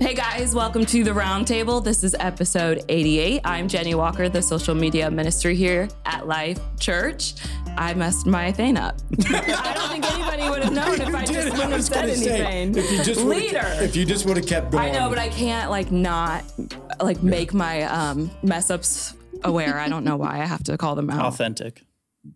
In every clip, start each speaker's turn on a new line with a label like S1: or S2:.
S1: Hey guys, welcome to the roundtable. This is episode 88. I'm Jenny Walker, the social media minister here at Life Church. I messed my thing up. I don't think anybody would have known if I
S2: did.
S1: just
S2: I
S1: wouldn't have
S2: was
S1: said
S2: gonna say,
S1: anything.
S2: if you just would've-
S1: Leader.
S2: If you just would have kept going.
S1: I know, but I can't like not like make my um mess ups aware. I don't know why I have to call them out.
S3: authentic.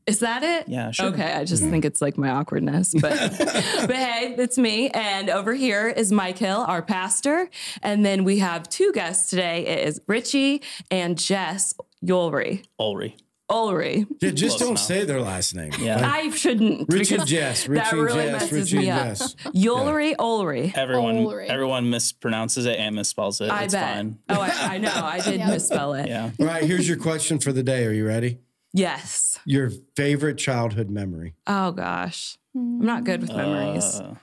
S1: Is that it?
S3: Yeah, sure.
S1: Okay, I
S3: Mm-hmm.
S1: just think it's like my awkwardness, but but hey, it's me. And over here is Mike Hill, our pastor, and then we have two guests today. It is Richie and Jess Ulry.
S3: Ulri.
S1: Ulry.
S2: Yeah, just
S3: Close
S2: don't
S3: enough.
S2: say their last name.
S3: Yeah.
S2: Like,
S1: I shouldn't.
S2: Richie
S1: because
S2: Jess,
S1: that
S2: Richie
S1: really
S2: Jess,
S1: messes
S2: Richie
S1: me
S2: Jess.
S1: up. Ulry, Ulry.
S3: Everyone
S4: Ulri.
S3: everyone mispronounces it and misspells it.
S1: I
S3: it's
S1: bet.
S3: fine.
S1: Oh, I, I know. I did
S4: Yeah.
S1: misspell it.
S3: Yeah.
S2: All right, here's your question for the day. Are you ready?
S1: Yes.
S2: Your favorite childhood memory.
S1: Oh gosh, I'm not good with memories.
S3: Uh,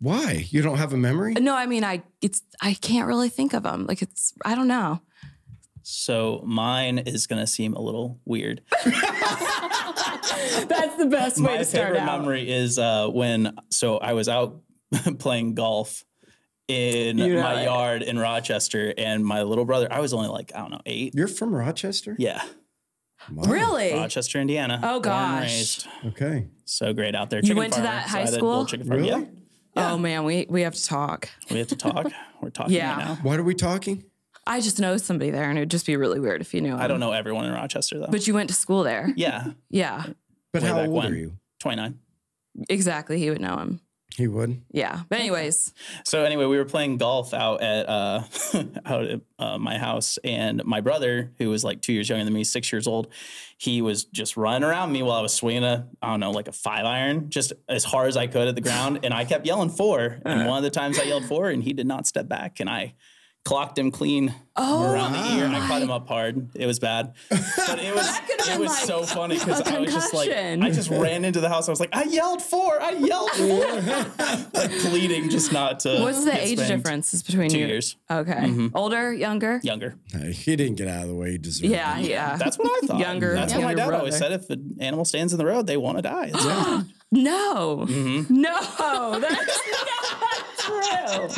S2: Why? You don't have a memory?
S1: No, I mean I. It's I can't really think of them. Like it's I don't know.
S3: so mine is gonna seem a little weird.
S1: That's the best way
S3: My
S1: to start
S3: favorite
S1: out.
S3: memory is uh, when so I was out playing golf in
S1: You know
S3: my
S1: it.
S3: yard in Rochester, and my little brother. I was only like I don't know eight.
S2: You're from Rochester?
S3: Yeah,
S2: Wow.
S1: Really?
S3: Rochester, Indiana.
S1: Oh,
S3: Born and
S1: gosh.
S3: raised.
S2: Okay.
S3: so great out there.
S1: You went to that high
S3: I did
S1: school?
S3: Bull Chicken farm.
S2: Really?
S3: Yeah,
S1: Oh man, we we have to talk.
S3: we have to talk. We're talking
S1: Yeah.
S3: right now.
S2: What are we talking?
S1: I just know somebody there, and it'd just be really weird if you knew.
S3: I don't know everyone in Rochester though.
S1: But you went to school there.
S3: yeah,
S1: Yeah,
S2: But
S3: Way
S2: how
S3: back
S2: old
S3: when.
S2: are you?
S3: twenty nine.
S1: exactly. He would know him.
S2: He would.
S1: Yeah. But anyways,
S3: So anyway, we were playing golf out at uh, out at uh, my house, and my brother, who was like two years younger than me, six years old, he was just running around me while I was swinging a I don't know like a five iron, just as hard as I could at the ground, and I kept yelling four. And one of the times I yelled four, and he did not step back, and I clocked him clean
S1: oh,
S3: around the ear, and I
S1: my-
S3: caught him up hard. It was bad, but it was
S1: could've
S3: it
S1: been,
S3: was
S1: like,
S3: so funny because
S1: a
S3: I was just like
S1: concussion.
S3: I just ran into the house. I was like I yelled four, I yelled four, like pleading just not to.
S1: what's the
S3: get
S1: age
S3: spanked.
S1: differences between
S3: Two
S1: you?
S3: years
S1: Okay, older, younger.
S3: younger.
S2: Hey, he didn't get out of the way he deserved.
S1: Yeah, yeah.
S3: That's what I thought.
S1: Younger-
S3: That's what my
S1: younger
S3: dad always
S1: brother.
S3: said. If an animal stands in the road, they want to die. It's
S1: no, no, that's not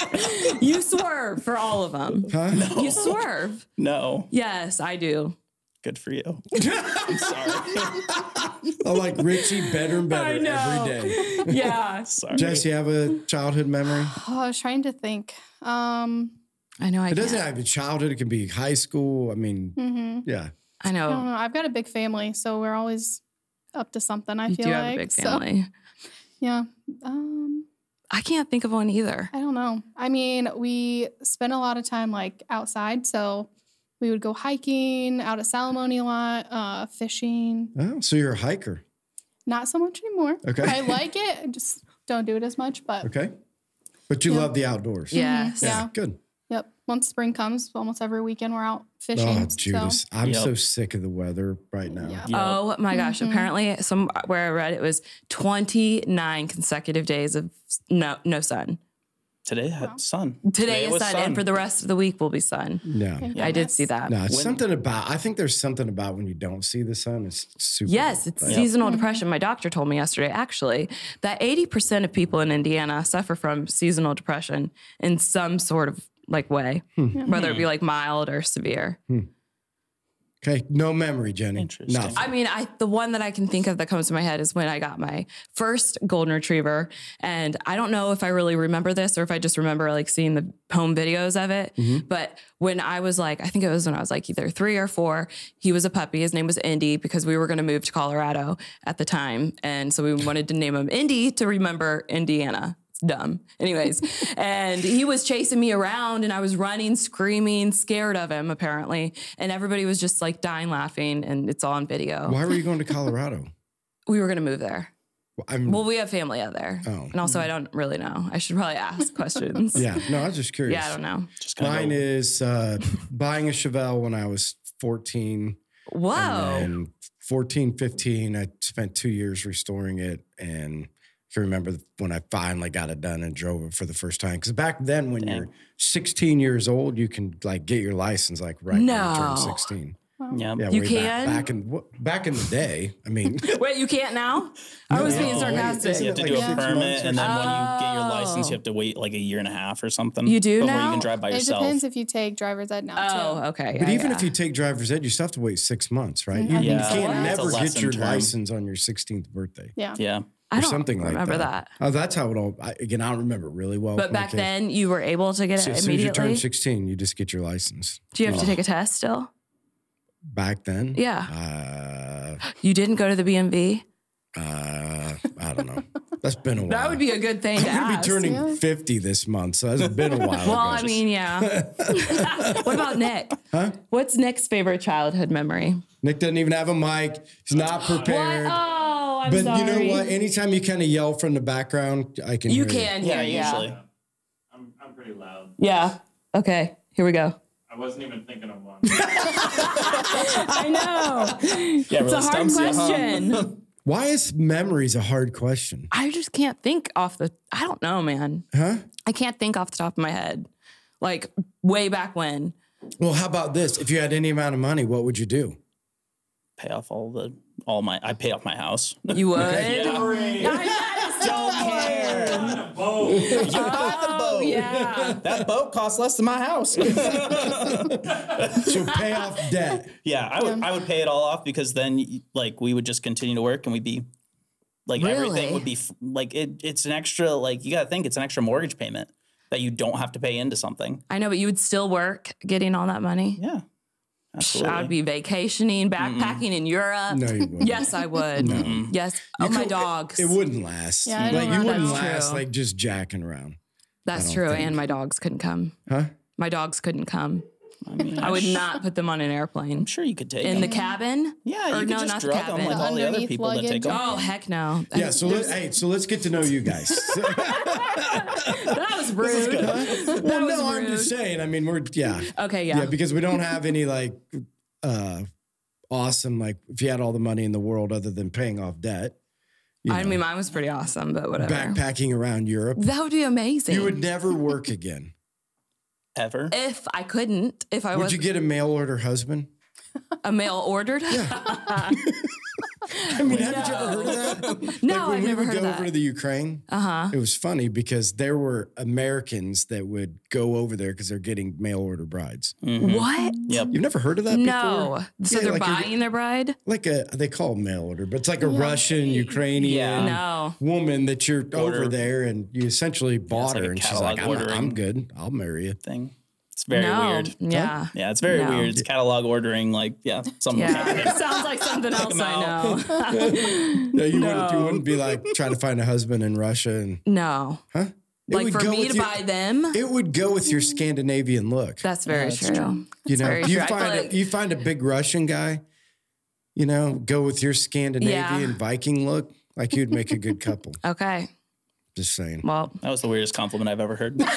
S1: true. You swerve for all of them.
S2: Huh?
S1: You swerve.
S3: no,
S1: Yes, I do.
S3: good for you. I'm sorry.
S2: I Oh, like Richie better and
S1: I
S2: better
S1: know.
S2: every day.
S1: Yeah,
S3: Sorry.
S2: Jess, you have a childhood memory?
S4: Oh, I was trying to think. Um,
S1: I know. I
S2: It doesn't
S1: can't. Hmm.
S2: have to be childhood. It can be high school. I mean,
S1: Mm-hmm.
S4: mhm.
S2: yeah.
S1: I
S4: I don't
S1: know.
S4: know. I've got a big family, so we're always up to something. I
S1: You do
S4: feel
S1: have
S4: like
S1: a big
S4: So,
S1: family.
S4: yeah. Um,
S1: I can't think of one either.
S4: I don't know. I mean, we spent a lot of time like outside, so we would go hiking out at Salamone a lot, uh, fishing.
S2: Oh, so you're a hiker.
S4: Not so much anymore.
S2: Okay.
S4: I like it. I just don't do it as much, but
S2: Okay. But you
S4: Yeah.
S2: love the outdoors.
S1: Yeah.
S4: Mhm, yeah.
S2: Good.
S4: Yep. Once spring comes, almost every weekend we're out fishing.
S2: Oh,
S4: so-
S2: Judas. I'm
S3: Yep.
S2: so sick of the weather right now.
S4: Yeah.
S1: Oh my gosh.
S4: Mhm.
S1: Apparently, somewhere I read it was 29 consecutive days of s- no no sun.
S3: Today had sun.
S1: Today is
S3: was
S1: sun, and for the rest of the week will be sun.
S2: No.
S4: Thank
S1: I did see that.
S4: goodness.
S2: No, it's something about I think there's something about when you don't see the sun. It's super
S1: Yes, it's seasonal depression. My doctor told me yesterday, actually, that 80% of people in Indiana suffer from seasonal depression in some sort of like way, whether it be like mild or severe.
S2: Okay. No memory, Jenny.
S3: Interesting.
S2: Nothing.
S1: I mean, I the one that I can think of that comes to my head is when I got my first golden retriever, and I don't know if I really remember this or if I just remember like seeing the home videos of it. But when I was like, I think it was when I was like either three or four, he was a puppy. His name was Indy because we were going to move to Colorado at the time, and so we wanted to name him Indy to remember Indiana dumb. Anyways, and he was chasing me around and I was running, screaming, scared of him apparently. And everybody was just like dying laughing and it's all on video.
S2: Why were you going to Colorado?
S1: We were going to move there.
S2: Well, I'm
S1: Well, we have family out there.
S2: Oh.
S1: And also I don't really know. I should probably ask questions.
S2: yeah. No, I was just curious.
S1: Yeah, I don't know.
S3: Just gonna
S2: Mine
S3: go-
S2: is uh, buying a Chevelle when I was 14.
S1: Whoa.
S2: And then 14, 15, I spent two years restoring it. And I can remember when I finally got it done and drove it for the first time. Because back then, when
S3: Dang.
S2: you're 16 years old, you can like get your license like right when you
S1: No.
S2: turn 16.
S4: Wow. now.
S3: Yeah.
S2: Yeah,
S1: You
S2: way
S1: can?
S2: Back, back in wh- back in the day, I mean,
S1: Wait, you can't now? I was being
S3: No.
S2: Isn't
S3: You
S1: sarcastic.
S2: it
S3: have to
S2: like
S3: do a
S2: six months
S3: permit,
S2: or
S3: and then when you get your license,
S1: Oh.
S3: you have to wait like a year and a half or something.
S1: You do
S3: before
S1: now?
S3: you can drive by
S4: It
S3: yourself.
S4: depends if you take driver's ed now.
S1: Oh,
S4: too.
S1: okay.
S2: but
S1: yeah,
S2: even
S1: yeah. Mm-hmm.
S2: if you take driver's ed, you still have to wait six months, right? You,
S4: Mhm.
S2: you
S4: Yeah.
S2: can't
S1: Wow. That's a
S2: never get
S3: lesson
S2: your
S3: term.
S2: license on your 16th birthday.
S4: Yeah.
S3: yeah,
S1: I
S2: or
S1: don't
S2: something like
S1: remember
S2: that.
S1: that.
S2: Oh, that's how it all. I, again, I don't remember it really well.
S1: But
S2: from the
S1: back
S2: kid.
S1: then, you were able to get
S2: So
S1: it
S2: as soon as you
S1: immediately.
S2: turn 16, you just get your license.
S1: Do you have to
S2: Oh.
S1: take a test still?
S2: Back then,
S1: Yeah.
S2: Uh,
S1: You didn't go to the BMV.
S2: uh, I don't know. That's been a while.
S1: That would be a good thing
S2: I'm
S1: to
S2: gonna
S1: ask.
S2: be Oh turning
S4: Yeah.
S2: 50 this month, so that's been a while.
S1: well, I
S2: ago.
S1: mean, yeah. what about Nick?
S2: Huh?
S1: What's Nick's favorite childhood memory?
S2: Nick doesn't even have a mic. He's not prepared.
S1: What? Oh, I'm
S2: but
S1: sorry.
S2: you know what? Anytime you kind of yell from the background, I can.
S1: You
S2: hear
S1: can
S3: yeah,
S1: hear,
S3: usually.
S5: I'm, I'm pretty loud.
S1: Yeah. Okay. Here we go.
S5: I wasn't even thinking of one.
S1: I know.
S3: Yeah,
S1: it's a hard
S3: Uh-huh.
S1: question.
S2: Why is memories a hard question?
S1: I just can't think off the. I don't know, man.
S2: Huh?
S1: I can't think off the top of my head. Like way back when.
S2: Well, how about this? If you had any amount of money, what would you do?
S3: Pay off all the all my. I pay off my house.
S1: You would.
S5: Three.
S1: I know,
S3: care.
S5: Both.
S3: You got the
S1: Oh
S3: boat.
S1: yeah.
S3: That boat costs less than my house.
S2: So pay off debt.
S3: yeah, I would I would pay it all off because then y- like we would just continue to work and we'd be like everything
S1: Really?
S3: would be f- like it, it's an extra like you got to think it's an extra mortgage payment that you don't have to pay into something.
S1: I know, but you would still work getting all that money.
S3: Yeah. Absolutely.
S1: I'd be vacationing, backpacking in Europe.
S2: No, you wouldn't.
S1: Yes, I would. Yes. Oh, my dogs.
S2: It wouldn't last.
S4: Yeah, I don't
S2: like you
S4: know.
S2: wouldn't
S1: That's
S2: last
S1: true.
S2: like just jacking around.
S1: That's
S2: don't
S1: true.
S2: think-
S1: And my dogs couldn't come.
S2: Huh?
S1: My dogs couldn't come.
S3: I, mean,
S1: I would
S3: I'm
S1: not put them on an airplane.
S3: sure you could take
S1: In the
S3: them.
S1: cabin?
S3: Yeah,
S1: or
S3: you could
S1: no, not
S3: just
S1: the
S3: drug
S1: cabin.
S3: them like
S1: The
S3: all the other
S4: underneath
S3: people that take
S4: luggage.
S3: them.
S1: Oh heck no!
S2: Yeah. So let, hey, so let's get to know you guys.
S1: That was rude. that
S2: well,
S1: was
S2: no,
S1: rude.
S2: I'm just saying. I mean, we're yeah,
S1: okay, yeah.
S2: yeah, because we don't have any like uh awesome like if you had all the money in the world other than paying off debt. you
S1: I
S2: know,
S1: mean, mine was pretty awesome, but whatever.
S2: backpacking around Europe,
S1: That would be amazing.
S2: you would never work again.
S3: Ever.
S1: if I couldn't, if I
S2: Would
S1: was
S2: you get a mail order husband?
S1: a mail ordered.
S2: I mean, haven't you ever heard of that?
S1: no,
S2: like when
S1: I've
S2: we
S1: never
S2: would
S1: heard
S2: go
S1: of
S2: over to
S1: that.
S2: the Ukraine,
S1: Uh huh.
S2: it was funny because there were Americans that would go over there because they're getting mail order brides.
S3: Mhm.
S1: What?
S3: Yep.
S2: You've never heard of that
S1: Mm. No.
S2: before?
S1: So
S2: Yeah,
S1: they're
S2: like a-
S1: buying their bride?
S2: Like a they call it mail order, but it's like a
S4: Yeah.
S2: Russian, Ukrainian
S3: Yeah. Um,
S1: no.
S2: woman that you're over
S3: Order.
S2: there and you essentially bought
S3: like a
S2: her and she's like, I'm,
S3: catalog
S2: not- I'm
S3: ordering.
S2: good. I'll marry you.
S3: Thing. It's very
S1: no.
S3: weird.
S1: Yeah.
S3: Yeah, it's very
S1: No.
S3: weird. It's catalog ordering, like yeah, something. like that.
S1: Yeah. Sounds like something else
S3: them
S1: I
S3: out.
S1: know.
S2: No, you wouldn't you
S1: No.
S2: wouldn't be like trying to find a husband in Russia and
S1: no.
S2: huh? It
S1: like
S2: would
S1: for
S2: go
S1: me
S2: with
S1: to
S2: your-
S1: buy them.
S2: It would go with your Scandinavian look.
S1: That's very
S3: that's
S1: true.
S2: you know,
S1: very
S2: you
S1: true. I feel
S2: find a,
S1: like-
S2: you find a big Russian guy, you know, go with your Scandinavian Viking look, like you'd make a good couple.
S1: Okay.
S2: Just saying.
S1: Well,
S3: That was the weirdest compliment I've ever heard.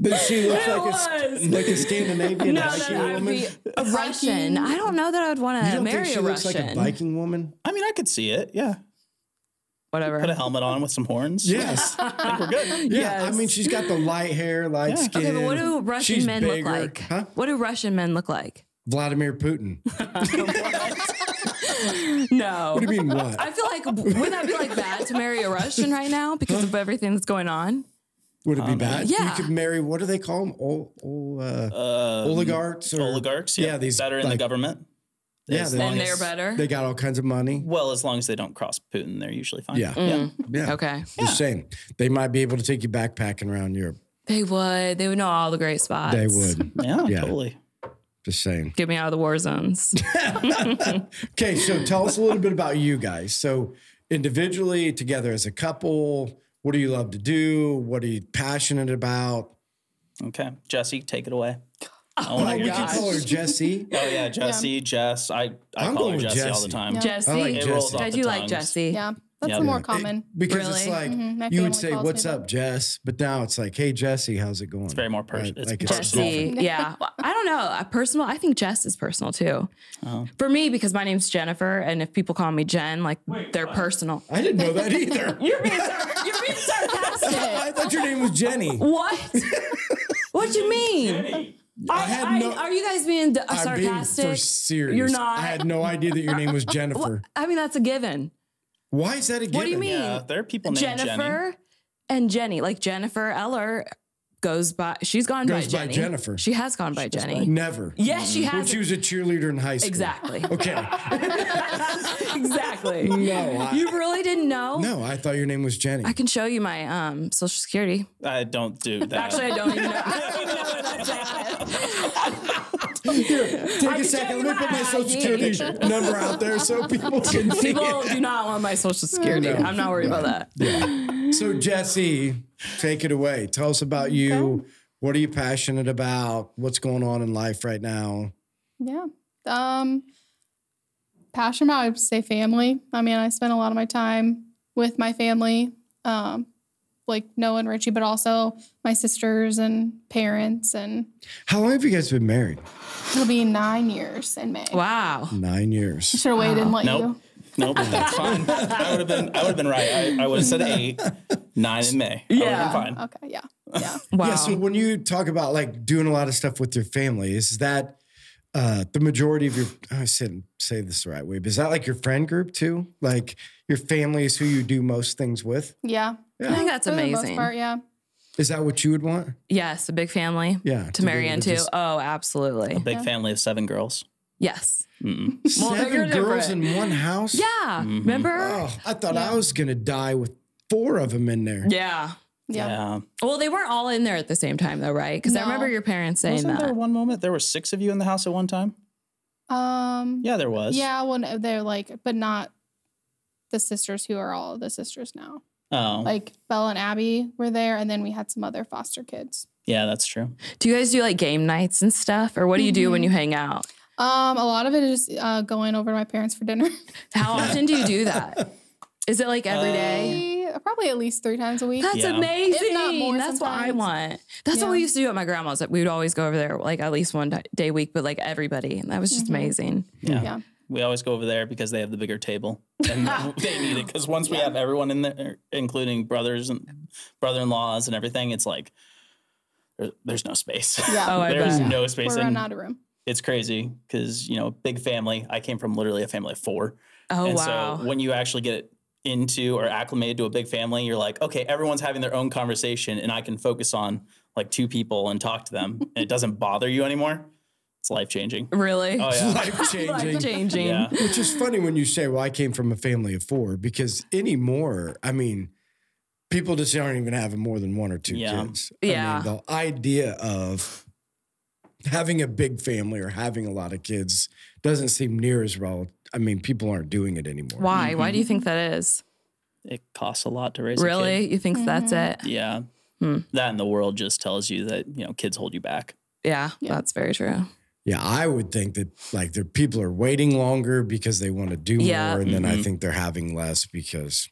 S2: But she looks like a,
S1: was.
S2: sc- like a Scandinavian
S1: no,
S2: Viking
S1: then I would
S2: woman.
S1: be a Russian. I don't know that I would want
S2: you
S1: to
S2: don't
S1: marry
S2: think she
S1: a
S2: looks
S1: Russian.
S2: like a Viking woman?
S3: I mean, I could see it. Yeah,
S1: Whatever.
S3: put a helmet on with some horns.
S2: Yes. yeah.
S3: I think we're good.
S2: I mean, she's got the light hair, light
S3: Yeah.
S2: skin.
S1: Okay, but what do Russian
S2: She's
S1: men
S2: bigger.
S1: look like?
S2: Huh?
S1: What do Russian men look like?
S2: Vladimir Putin.
S1: No.
S2: What do you mean what?
S1: I feel like wouldn't that be like bad to marry a Russian right now because of everything that's going on?
S2: Would it
S3: Um,
S2: be bad?
S1: Yeah.
S2: You could marry, what do they call them? Ol, ol, uh, oligarchs? Or,
S3: Um, Oligarchs, yeah,
S2: these
S3: that are in
S2: like-
S3: the government.
S2: Yeah,
S3: As
S2: they-
S3: long
S1: And
S3: as-
S1: they're better.
S2: They got all kinds of money.
S3: Well, as long as they don't cross Putin, they're usually fine.
S2: Yeah.
S1: Mm.
S2: Yeah.
S1: okay.
S2: Just saying. They might be able to take you backpacking around Europe.
S1: They would. They would know all the great spots.
S2: They would.
S3: yeah,
S2: Yeah.
S3: totally.
S2: Just saying.
S1: Get me out of the war zones.
S2: Okay, so tell us a little bit about you guys. So individually, together as a couple, what do you love to do? What are you passionate about?
S3: Okay, Jesse, take it away. I wanna
S2: Oh,
S3: hear
S2: we can
S3: this.
S2: call her Jesse.
S3: Oh yeah, Jesse, Jess. I, I
S2: I'm
S3: call
S2: going
S3: her
S2: with
S3: Jesse, all the
S2: Jesse.
S3: time.
S1: Jesse.
S2: I like
S3: It rolls
S2: Jesse.
S3: off
S1: I
S3: the
S1: do like
S3: tongues.
S1: Jesse.
S4: Yeah. That's
S3: Yeah.
S4: the more common.
S2: Because it's
S1: Really? Mm-hmm.
S2: like
S4: Mhm, my
S2: you would
S4: family
S2: say,
S4: calls me
S2: "What's
S4: that."
S2: up, Jess?" But now it's like, "Hey, Jesse, how's it going?" It's
S3: very more pers- it's
S1: Jesse. Yeah. Well, I don't know. A personal. I think Jess is personal too.
S2: Oh.
S1: For me, because my name's Jennifer, and if people call me Jen, like they're personal.
S2: I didn't know that either.
S1: You're being, sar- you're being sarcastic.
S2: I thought your name was Jenny.
S1: What? what you mean?
S2: I had
S1: I-
S2: no-
S1: are you guys being d- uh,
S2: I'm being
S1: sarcastic?
S2: for serious.
S1: You're not.
S2: I had no idea that your name was Jennifer.
S1: I mean, that's a given.
S2: Why is that a given?
S1: What do you mean?
S3: Yeah, Uh, there are people named
S1: Jennifer
S3: Jenny.
S1: and Jenny. Like Jennifer Eller goes by. She's gone
S2: Goes by
S1: by Jenny.
S2: Jennifer.
S1: She has gone by
S3: goes
S1: Jenny.
S3: by-
S2: Never.
S1: yes, she
S2: When
S1: has.
S2: she was a cheerleader in high school.
S1: exactly.
S2: Okay.
S1: exactly.
S2: No, I-
S1: you really didn't know?
S2: No, I thought your name was Jenny.
S1: I can show you my um, social security.
S3: I don't do that.
S1: Actually, I don't even know. I don't even know what that's at.
S2: Take a
S1: can show
S2: second.
S1: you
S2: Let me put
S1: my
S2: my social
S1: ID.
S2: security number out there so people can see
S1: People
S2: it.
S1: do not want my social security.
S2: No.
S1: I'm not worried about that.
S2: So Jesse, take it away. Tell us about you. What are you passionate about? What's going on in life right now?
S4: Yeah. Um, passion about I would say family. I mean, I spend a lot of my time with my family, um, like Noah and Richie, but also my sisters and parents. And
S2: How long have you guys been married?
S4: it'll be nine years in May.
S1: Wow.
S2: Nine years.
S4: Should have waited and let
S3: Nope. Nope, that's fine. I would have been. I would have been right. I, I would have said eight, nine in May. I would
S1: Yeah.
S3: have been
S4: you.
S3: fine.
S4: Okay. Yeah. Yeah.
S1: Wow.
S2: Yeah. So when you talk about like doing a lot of stuff with your family, is that uh, the majority of your? I said say this the right way, but is that like your friend group too? Like your family is who you do most things with.
S4: Yeah.
S1: I think that's
S4: For the most
S1: amazing.
S4: part, yeah.
S2: Is that what you would want?
S1: Yes, a big family
S2: Yeah.
S1: to marry into.
S2: just-
S1: oh,
S3: A
S1: absolutely.
S3: big
S4: Yeah.
S3: family of seven girls.
S1: Yes.
S3: Mm-mm.
S1: Well, they're
S2: Seven girls
S1: different.
S2: in one house.
S1: Yeah.
S3: Mhm.
S1: Remember?
S2: Oh, I thought I
S4: Yeah.
S2: was gonna die with four of them in there.
S1: Yeah.
S4: Yeah.
S1: Well, they weren't all in there at the same time, though, right? Because I
S4: No.
S1: remember your parents saying
S3: Wasn't
S1: that.
S4: uh,
S3: there one moment there were six of you in the house at one time?
S4: Um,
S3: Yeah, there was.
S4: Yeah. Well, no, they're like, but not the sisters who are all the sisters now.
S3: Oh,
S4: Like Belle and Abby were there, and then we had some other foster kids.
S3: yeah, that's true.
S1: Do you guys do like game nights and stuff, or what do you do when
S4: Mhm.
S1: you hang out?
S4: Um, a lot of it is uh, going over to my parents for dinner.
S1: How often do you do that? Is it like every
S3: Uh,
S1: day?
S4: Eh, Probably at least three times a week.
S1: That's
S3: Yeah.
S1: amazing.
S4: If not more
S1: That's what I
S4: sometimes.
S1: want. That's what
S4: Yeah.
S1: we used to do at my grandma's. That we would always go over there like at least one di- day a week, but like everybody, and that was just
S4: Mhm.
S1: amazing.
S3: Yeah.
S4: Yeah.
S3: We always go over there because they have the bigger table and they need it. Because once we have everyone in there, including brothers and brother in laws and everything, it's like there- there's no space.
S4: Yeah.
S1: Oh, I
S3: there's
S1: bet.
S3: no space.
S4: We're running
S3: And
S4: out of room.
S3: it's crazy because, you know, big family. I came from literally a family of four.
S1: Oh
S3: and
S1: wow.
S3: so when you actually get into or acclimated to a big family, you're like, okay, everyone's having their own conversation and I can focus on like two people and talk to them. and it doesn't bother you anymore. It's life changing.
S1: really?
S3: Oh, yeah.
S2: Life
S1: Life
S2: changing.
S1: changing.
S3: Yeah.
S2: Which is funny when you say, "Well, I came from a family of four, because anymore, I mean, people just aren't even having more than one or two
S3: Yeah.
S2: kids.
S1: Yeah.
S2: I mean, the idea of having a big family or having a lot of kids doesn't seem near as well. I mean, people aren't doing it anymore.
S1: Why? Why do you think that is?
S3: It costs a lot to raise Mm-hmm. a kid.
S1: Really? You think that's
S4: Mm-hmm.
S1: it?
S3: Yeah.
S1: Hmm.
S3: That and the world just tells you that, you know, kids hold you back.
S1: Yeah,
S4: Yeah.
S1: that's very true.
S2: Yeah, I would think that like the people are waiting longer because they want to do
S1: Yeah.
S2: more, and then I
S3: Mhm.
S2: think they're having less because,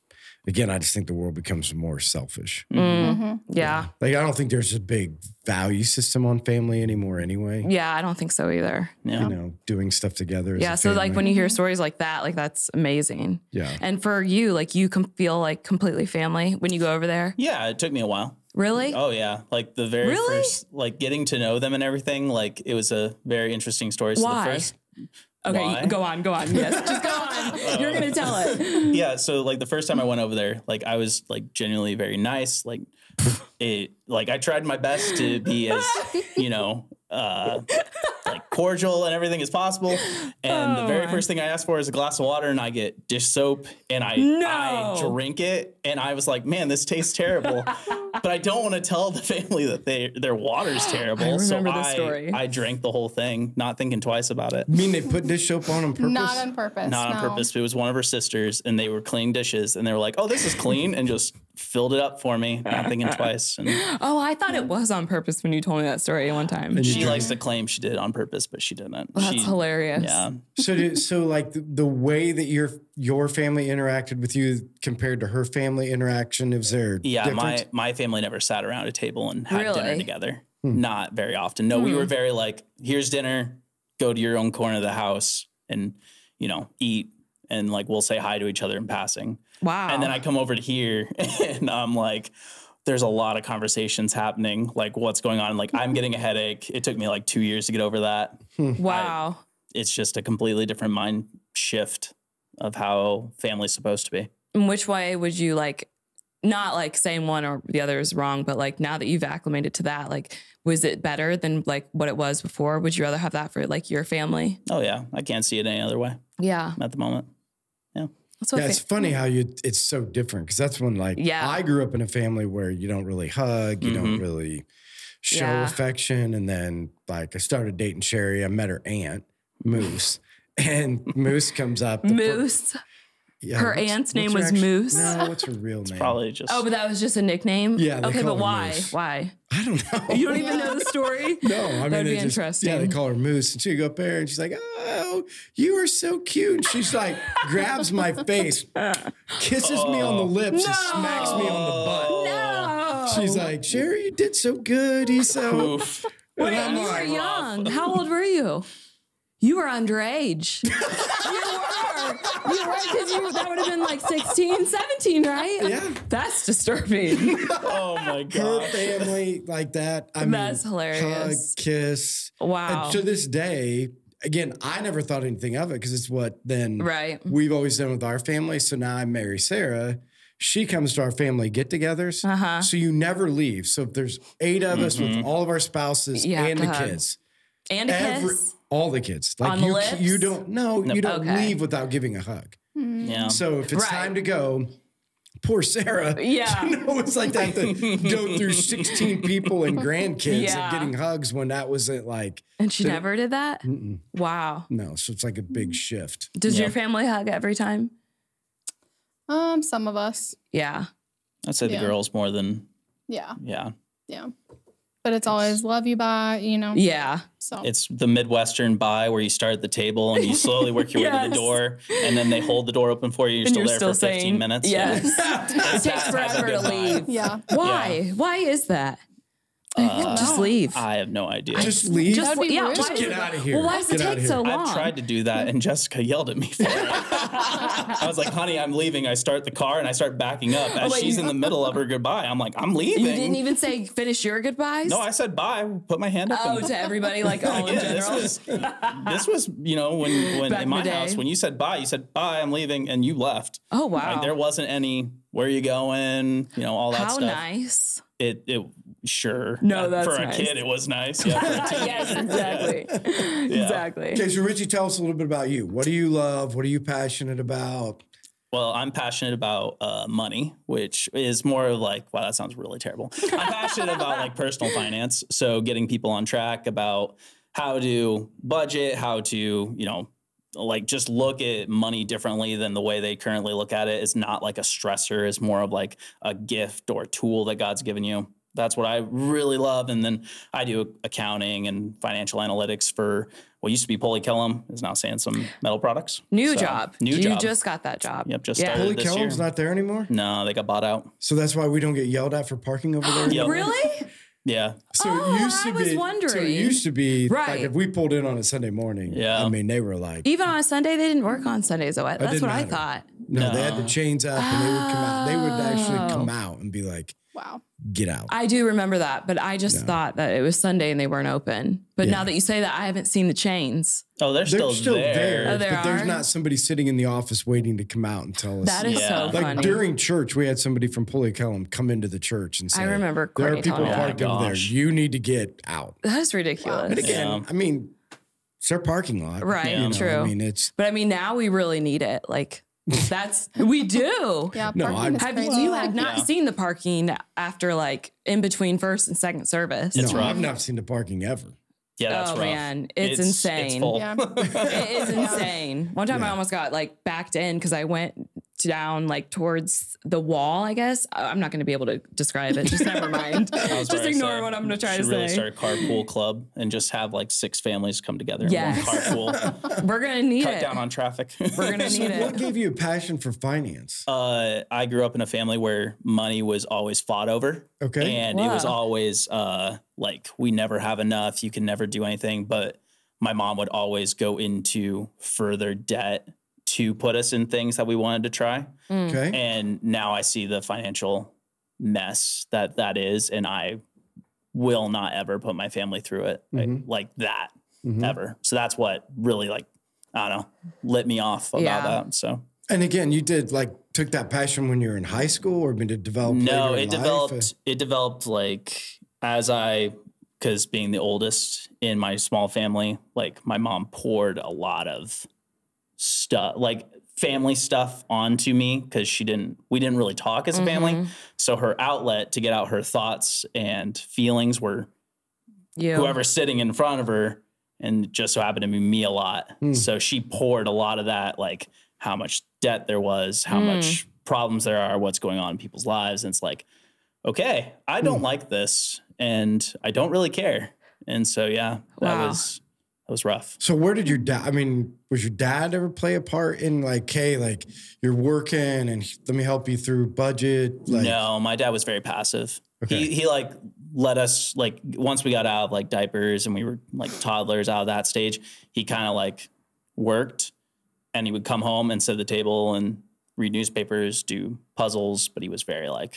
S2: again, I just think the world becomes more selfish.
S3: Mm-hmm.
S1: Mm,
S4: hmm
S1: yeah.
S2: Like I don't think there's a big value system on family anymore. Anyway,
S1: Yeah, I don't think so either.
S3: Yeah.
S2: you know, doing stuff together. as
S1: yeah.
S2: a
S1: So like
S2: family.
S1: when you hear stories like that, like that's amazing.
S2: yeah,
S1: And for you, like you can feel like completely family when you go over there.
S3: Yeah. It took me a while.
S1: Really?
S3: Oh, yeah. Like the very
S1: Really?
S3: first, like getting to know them and everything, like it was a very interesting story. So
S1: Why?
S3: the first,
S1: okay,
S3: why? Oh.
S1: go on, go on. Yes, just go on. You're gonna tell it.
S3: yeah. So like the first time I went over there, like I was like genuinely very nice. Like it, like I tried my best to be as, you know, uh, like cordial and everything as possible. And
S1: Oh,
S3: the very
S1: my.
S3: first thing I asked for is a glass of water, and I get dish soap, and I I
S1: No.
S3: drink it, and I was like, man, this tastes terrible. but I don't want to tell the family that they their water's terrible. so
S1: remember this
S3: I,
S1: story.
S3: I drank the whole thing, not thinking twice about it.
S2: I mean they put dish soap on on purpose.
S4: Not on purpose.
S3: Not on
S4: no.
S3: purpose. But it was one of her sisters, and they were cleaning dishes, and they were like, "Oh, this is clean," and just filled it up for me, not thinking twice. And
S1: Oh, I thought it was on purpose when you told me that story one time.
S2: And you
S3: she
S2: drink-
S3: likes to claim she did it on purpose, but she didn't.
S1: That's
S3: She-
S1: hilarious.
S3: Yeah,
S2: so do, so like the, the way that your your family interacted with you compared to her family interaction is there
S3: yeah.
S2: difference?
S3: My my family never sat around a table and had dinner
S1: Really?
S3: together. Not very often. No, we
S1: Hmm.
S3: were very like, "Here's dinner. Go to your own corner of the house and you know eat." And like we'll say hi to each other in passing.
S1: Wow.
S3: And then I come over to here and I'm like, there's a lot of conversations happening, like what's going on. Like I'm getting a headache. It took me like two years to get over that.
S1: Wow.
S3: It's just a completely different mind shift of how family's supposed to be.
S1: And which way would you like, not like saying one or the other is wrong, but like now that you've acclimated to that, like, was it better than like what it was before? Would you rather have that for like your family?
S3: Oh yeah, I can't see it any other way
S1: Yeah.
S3: at the moment.
S1: That's what
S2: yeah, it's
S1: fa-
S2: funny how you it's so different because that's when like
S1: Mm. Yeah.
S2: I grew up in a family where you don't really hug, you don't really show
S1: Yeah.
S2: affection, and then like I started dating Sherry, I met her aunt Moose, and Moose comes up. the fir-
S1: Moose.
S2: yeah,
S1: her
S2: what's-
S1: aunt's
S2: what's
S1: name
S2: her
S1: was
S2: actual-
S1: Moose?
S2: No, what's her real name?
S3: Probably just
S1: Oh, but that was just a nickname?
S2: Yeah, they
S1: Okay,
S2: call
S1: but
S2: her
S1: why?
S2: Moose.
S1: Why?
S2: I don't know.
S1: You don't even know the story?
S2: No, I mean,
S1: That'd
S2: they
S1: be
S2: just- Yeah, they
S1: interesting.
S2: call her Moose, and she'd go up there, and she's like, "Oh, you are so cute." And she's like, grabs my face, kisses me on the lips, and smacks me on the butt.
S1: No.
S2: She's like, "Sherry, you did so good, Eso."
S3: Oof.
S2: And
S1: Wait,
S2: I'm
S1: you were
S2: like,
S1: young. How old were you? You were underage. you were. You were because you that would have been like 16, 17, right?
S2: Yeah.
S1: That's disturbing.
S3: Oh my
S2: her
S3: god.
S2: family like that. I
S1: That's
S2: mean,
S1: hilarious.
S2: Hug, kiss.
S1: Wow.
S2: And to this day, again, I never thought anything of it because it's what then
S1: Right.
S2: we've always done with our family. So now I marry Sarah. She comes to our family get-togethers.
S1: Uh-huh.
S2: So you never leave. So if there's eight of us with all of our spouses
S1: You have
S2: and
S1: to
S2: the
S1: hug.
S2: kids,
S1: and a kiss.
S2: all the kids,
S1: On
S2: like
S1: the
S2: you,
S1: lips?
S2: you don't no, you don't
S1: Okay.
S2: leave without giving a hug.
S3: Yeah.
S2: So if it's
S1: Right.
S2: time to go, poor Sarah.
S1: Yeah.
S2: You know, it's like that to go through 16 people and grandkids
S1: Yeah.
S2: and getting hugs when that wasn't like,
S1: And she never did that? Wow.
S2: no. So it's like a big
S1: Mm.
S2: shift.
S1: Does your family hug every time?
S4: Um, some of us.
S1: Yeah.
S3: I'd say the
S4: Yeah.
S3: girls more than
S4: Yeah.
S3: yeah.
S4: Yeah. But it's always love you bye, you know.
S1: Yeah.
S4: So
S3: It's the Midwestern buy where you start at the table and you slowly work your way to
S1: Yes.
S3: the door and then they hold the door open for you. You're
S1: and
S3: still
S1: you're
S3: there
S1: still
S3: for
S1: saying
S3: 15 minutes.
S1: Yes. it
S3: that
S1: takes
S3: type of
S1: forever to
S3: good vibe.
S1: leave.
S4: yeah.
S1: Why? Why is that?
S3: Uh,
S1: Just leave.
S3: I have no idea.
S2: Just leave.
S1: Just,
S4: That'd be
S1: yeah,
S4: rude.
S1: why
S4: Just
S1: is
S2: get
S1: it-
S2: outta here.
S1: Well, why does it
S2: Get outta
S1: take so long?
S3: I've tried to do that and Jessica yelled at me for it. I was like, honey, I'm leaving. I start the car and I start backing up. As
S1: Oh, wait,
S3: she's
S1: you-
S3: in the middle of her goodbye, I'm like, I'm leaving.
S1: You didn't even say finish your goodbyes.
S3: no, I said bye. Put my hand up.
S1: Oh,
S3: and-
S1: to everybody, like all in
S3: Yeah, this
S1: general.
S3: was this was you know when when
S1: Back
S3: in
S1: in the
S3: my
S1: day.
S3: house when you said bye you said bye I'm leaving and you left.
S1: Oh wow,
S3: Like, there wasn't any where you going you know all that
S1: how
S3: stuff.
S1: nice.
S3: It it sure
S1: No,
S3: Uh,
S1: that's
S3: for a
S1: nice.
S3: kid it was nice. Yeah, for a teen-
S1: yes, exactly, exactly.
S2: Okay, so Richie, tell us a little bit about you. What do you love? What are you passionate about?
S3: Well, I'm passionate about uh, money, which is more of like, wow, that sounds really terrible. I'm passionate about like personal finance. So getting people on track about how to budget, how to, you know, like just look at money differently than the way they currently look at it. It's not like a stressor, it's more of like a gift or tool that God's given you. That's what I really love. And then I do accounting and financial analytics for what used to be Polycellum is now Sansom Metal Products.
S1: New
S3: So,
S1: job.
S3: New
S1: you
S3: job.
S1: just got that job.
S3: Yep, just
S1: yeah.
S3: started.
S2: Holy
S3: Uh, this year.
S2: Kellum's not there anymore.
S3: No, they got bought out.
S2: So that's why we don't get yelled at for parking over there.
S3: Yep.
S1: Really?
S3: Yeah.
S2: So
S1: Oh,
S2: it used to
S1: I was
S2: be. So it
S1: wondering.
S2: used to be
S1: Right.
S2: like if we pulled in on a Sunday morning.
S3: Yeah.
S2: I mean, they were like,
S1: Even on a Sunday, they didn't work on Sundays. That's what
S2: didn't
S1: I
S2: matter.
S1: thought.
S2: no, they had the chains up and they would come out. They would actually come
S1: Oh.
S2: out and be like,
S4: Wow.
S2: get out.
S1: I do remember that, but I just thought that it was Sunday and they weren't open. But now that you say that, I haven't seen the chains.
S3: Oh, they're,
S2: They're
S3: still, there.
S1: Oh, there
S2: but
S1: are?
S2: there's not somebody sitting in the office waiting to come out and tell us.
S1: That is
S3: Yeah.
S1: so
S2: like
S1: funny.
S2: during church, we had somebody from Polycellum come into the church and say,
S1: I remember
S2: there are
S1: Courtney
S2: people
S1: telling me that.
S2: parked over there.
S3: Gosh.
S2: You need to get out."
S1: That is ridiculous.
S2: But again,
S3: Yeah.
S2: I mean, it's their parking lot,
S1: Right,
S2: You know,
S1: true.
S2: I mean, it's
S1: But I mean, now we really need it. Like that's we do.
S4: Yeah.
S2: No,
S4: parking
S2: I'm-
S4: is
S1: Have you,
S4: crazy.
S1: you have not
S3: Yeah.
S1: seen the parking after like in between first and second service?
S3: It's
S2: no,
S3: rough.
S2: I've not seen the parking ever.
S3: Yeah, that's
S1: Oh,
S3: rough.
S1: man. It's insane.
S3: full.
S4: Yeah.
S1: It is insane. One time I
S2: Yeah.
S1: almost got like backed in because I went down like towards the wall. I guess I- I'm not going to be able to describe it. Just never mind.
S3: I was
S1: Just
S3: gonna
S1: ignore
S3: say,
S1: what I'm going to try to
S3: should really
S1: say.
S3: start a carpool club and just have like six families come together Yeah. in
S1: Yes.
S3: one carpool.
S1: We're going to need
S3: cut
S1: it.
S3: down on traffic.
S1: We're going to need
S2: What
S1: it.
S2: gave you a passion for finance?
S3: uh, I grew up in a family where money was always fought over.
S2: Okay.
S3: And it was
S1: Wow.
S3: always uh, like, we never have enough. You can never do anything. But my mom would always go into further debt
S1: Mm.
S3: to put us in things that we wanted to try.
S2: Okay.
S3: And now I see the financial mess that that is, and I will not ever put my family through it like-
S2: Mhm.
S3: like that
S2: Mhm.
S3: ever. So that's what really like I don't know lit me off about
S1: Yeah.
S3: that. So
S2: And again, you did like took that passion when you were in high school, or been to develop.
S3: no,
S2: later in
S3: it
S2: life?
S3: developed. It developed like as I because being the oldest in my small family, like my mom poured a lot of stuff like family stuff onto me because she didn't we didn't really talk as a family
S1: Mhm.
S3: so her outlet to get out her thoughts and feelings were
S1: You.
S3: whoever's sitting in front of her and just so happened to be me a lot.
S2: Hmm.
S3: So she poured a lot of that, like how much debt there was, how
S1: Hmm.
S3: much problems there are, what's going on in people's lives. And it's like, okay, I don't like this and I don't really care. And so, yeah, that
S1: Wow.
S3: was, that was rough.
S2: So where did your dad? I mean, was your dad ever play a part in like, hey, like you're working and he- let me help you through budget? Like,
S3: no, my dad was very passive.
S2: Okay.
S3: He, he like let us like once we got out of like diapers and we were like toddlers out of that stage, he kind of like worked and he would come home and sit at the table and read newspapers, do puzzles, but he was very like,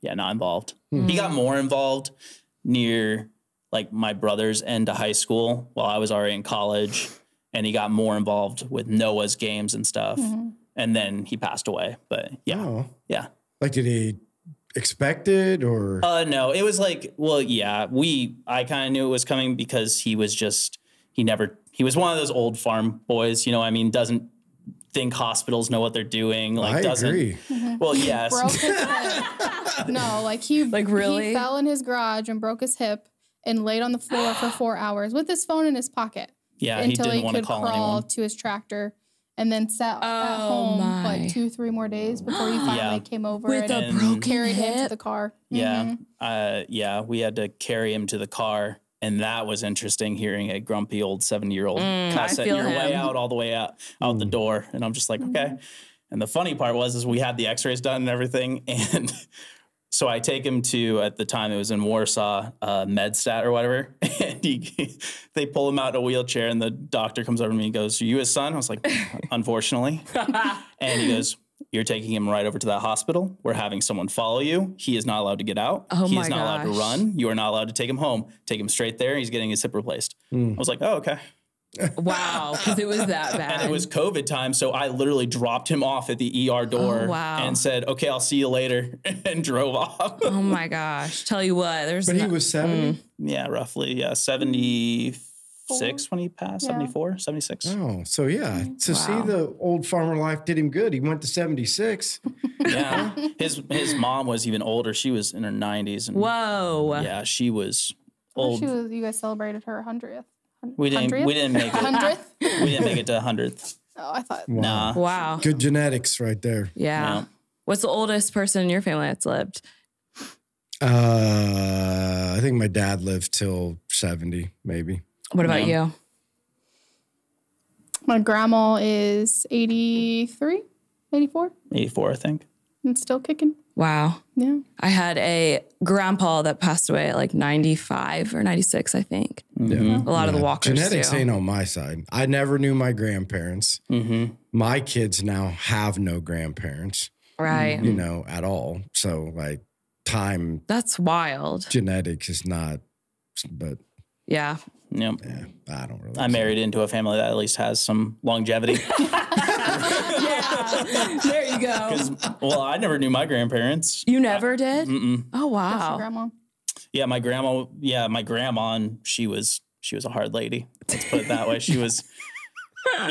S3: yeah, not involved.
S4: Mm-hmm.
S3: He got more involved near like my brother's end of high school while I was already in college. And he got more involved with Noah's games and stuff.
S4: Mm-hmm.
S3: And then he passed away. But yeah,
S2: Oh.
S3: yeah.
S2: Like, did he expect it or?
S3: Uh, no, it was like, well, yeah, we, I kind of knew it was coming because he was just, he never, he was one of those old farm boys, you know, what I mean, doesn't think hospitals know what they're doing. Like,
S2: I
S3: doesn't,
S2: agree.
S4: Mm-hmm.
S3: well, yes.
S4: broke his hip. No, like he
S1: Like, really?
S4: he fell in his garage and broke his hip and laid on the floor for four hours with his phone in his pocket
S3: Yeah. He
S4: until
S3: didn't
S4: he,
S3: want to
S4: could
S3: call
S4: crawl
S3: anyone.
S4: to his tractor and then sat at
S1: Oh,
S4: home
S1: my.
S4: like two three more days before he finally
S3: Yeah.
S4: came over
S1: With
S4: and
S1: a
S3: And-
S1: broken
S4: carried him to
S1: hip.
S4: the car.
S3: Yeah.
S4: Mhm.
S3: Uh, yeah. We had to carry him to the car. And that was interesting hearing a grumpy old 70 year old
S1: Mm, I
S3: cuss at
S1: feel
S3: your way
S1: him. Mm-hmm.
S3: out, all the way out, out the door. And I'm just like, okay. And the funny part was, is we had the x rays done and everything. And so I take him to, at the time it was in Warsaw, uh, MedStat or whatever. And he, they pull him out in a wheelchair and the doctor comes over to me and goes, Are you his son? I was like, Unfortunately. and he goes, You're taking him right over to that hospital. We're having someone follow you. He is not allowed to get out.
S1: Oh
S3: he
S1: my
S3: is not allowed
S1: gosh.
S3: to run. You are not allowed to take him home. Take him straight there. He's getting his hip replaced. I was like, Oh, okay.
S1: Wow, because it was that bad.
S3: And it was COVID time, so I literally dropped him off at the ER door
S1: Oh, wow.
S3: and said, "Okay, I'll see you later," and drove off.
S1: Oh my gosh! Tell you what, there's.
S2: But he
S1: no-
S2: was seventy.
S3: yeah, roughly, yeah, seventy six when he passed,
S4: Yeah.
S3: 74, 76.
S2: Oh, so yeah. So
S1: Wow.
S2: see, the old farmer life did him good. He went to seventy six.
S3: Yeah, his his mom was even older. She was in her nineties.
S1: Whoa.
S3: Yeah, she was
S4: Well,
S3: old.
S4: she was, you guys celebrated her hundredth.
S3: we didn't we didn't make it.
S4: hundredth. oh,
S3: we didn't make it to hundredth.
S4: I thought
S3: Nah.
S1: Wow.
S2: Good genetics, right there.
S1: Yeah.
S3: No.
S1: What's the oldest person in your family that's lived?
S2: Uh, I think my dad lived till seventy, maybe.
S1: What about
S3: No.
S1: you?
S4: my grandma is 83, 84
S3: Eighty four, I think.
S4: and still kicking.
S1: Wow.
S4: Yeah.
S1: I had a grandpa that passed away at like 95 or 96, I think.
S3: Mhm.
S1: A lot of the
S2: Yeah,
S1: walkers.
S2: Genetics
S1: do.
S2: ain't on my side. I never knew my grandparents.
S1: Mm-hmm.
S3: Mhm.
S2: My kids now have no grandparents,
S1: Right.
S2: you know, at all. So like time
S1: That's wild.
S2: genetics is not but
S1: Yeah.
S3: Yep.
S2: yeah, I don't really
S3: I married into a family that at least has some longevity.
S1: yeah. There you go.
S3: 'Cause- well, I never knew my grandparents.
S1: You never did?
S2: Mm-hmm.
S3: Mm-mm.
S1: Oh,
S4: Just your
S1: wow.
S4: grandma.
S3: Yeah, my grandma. Yeah, my grandma. And she was she was a hard lady. Let's put it that way. She was.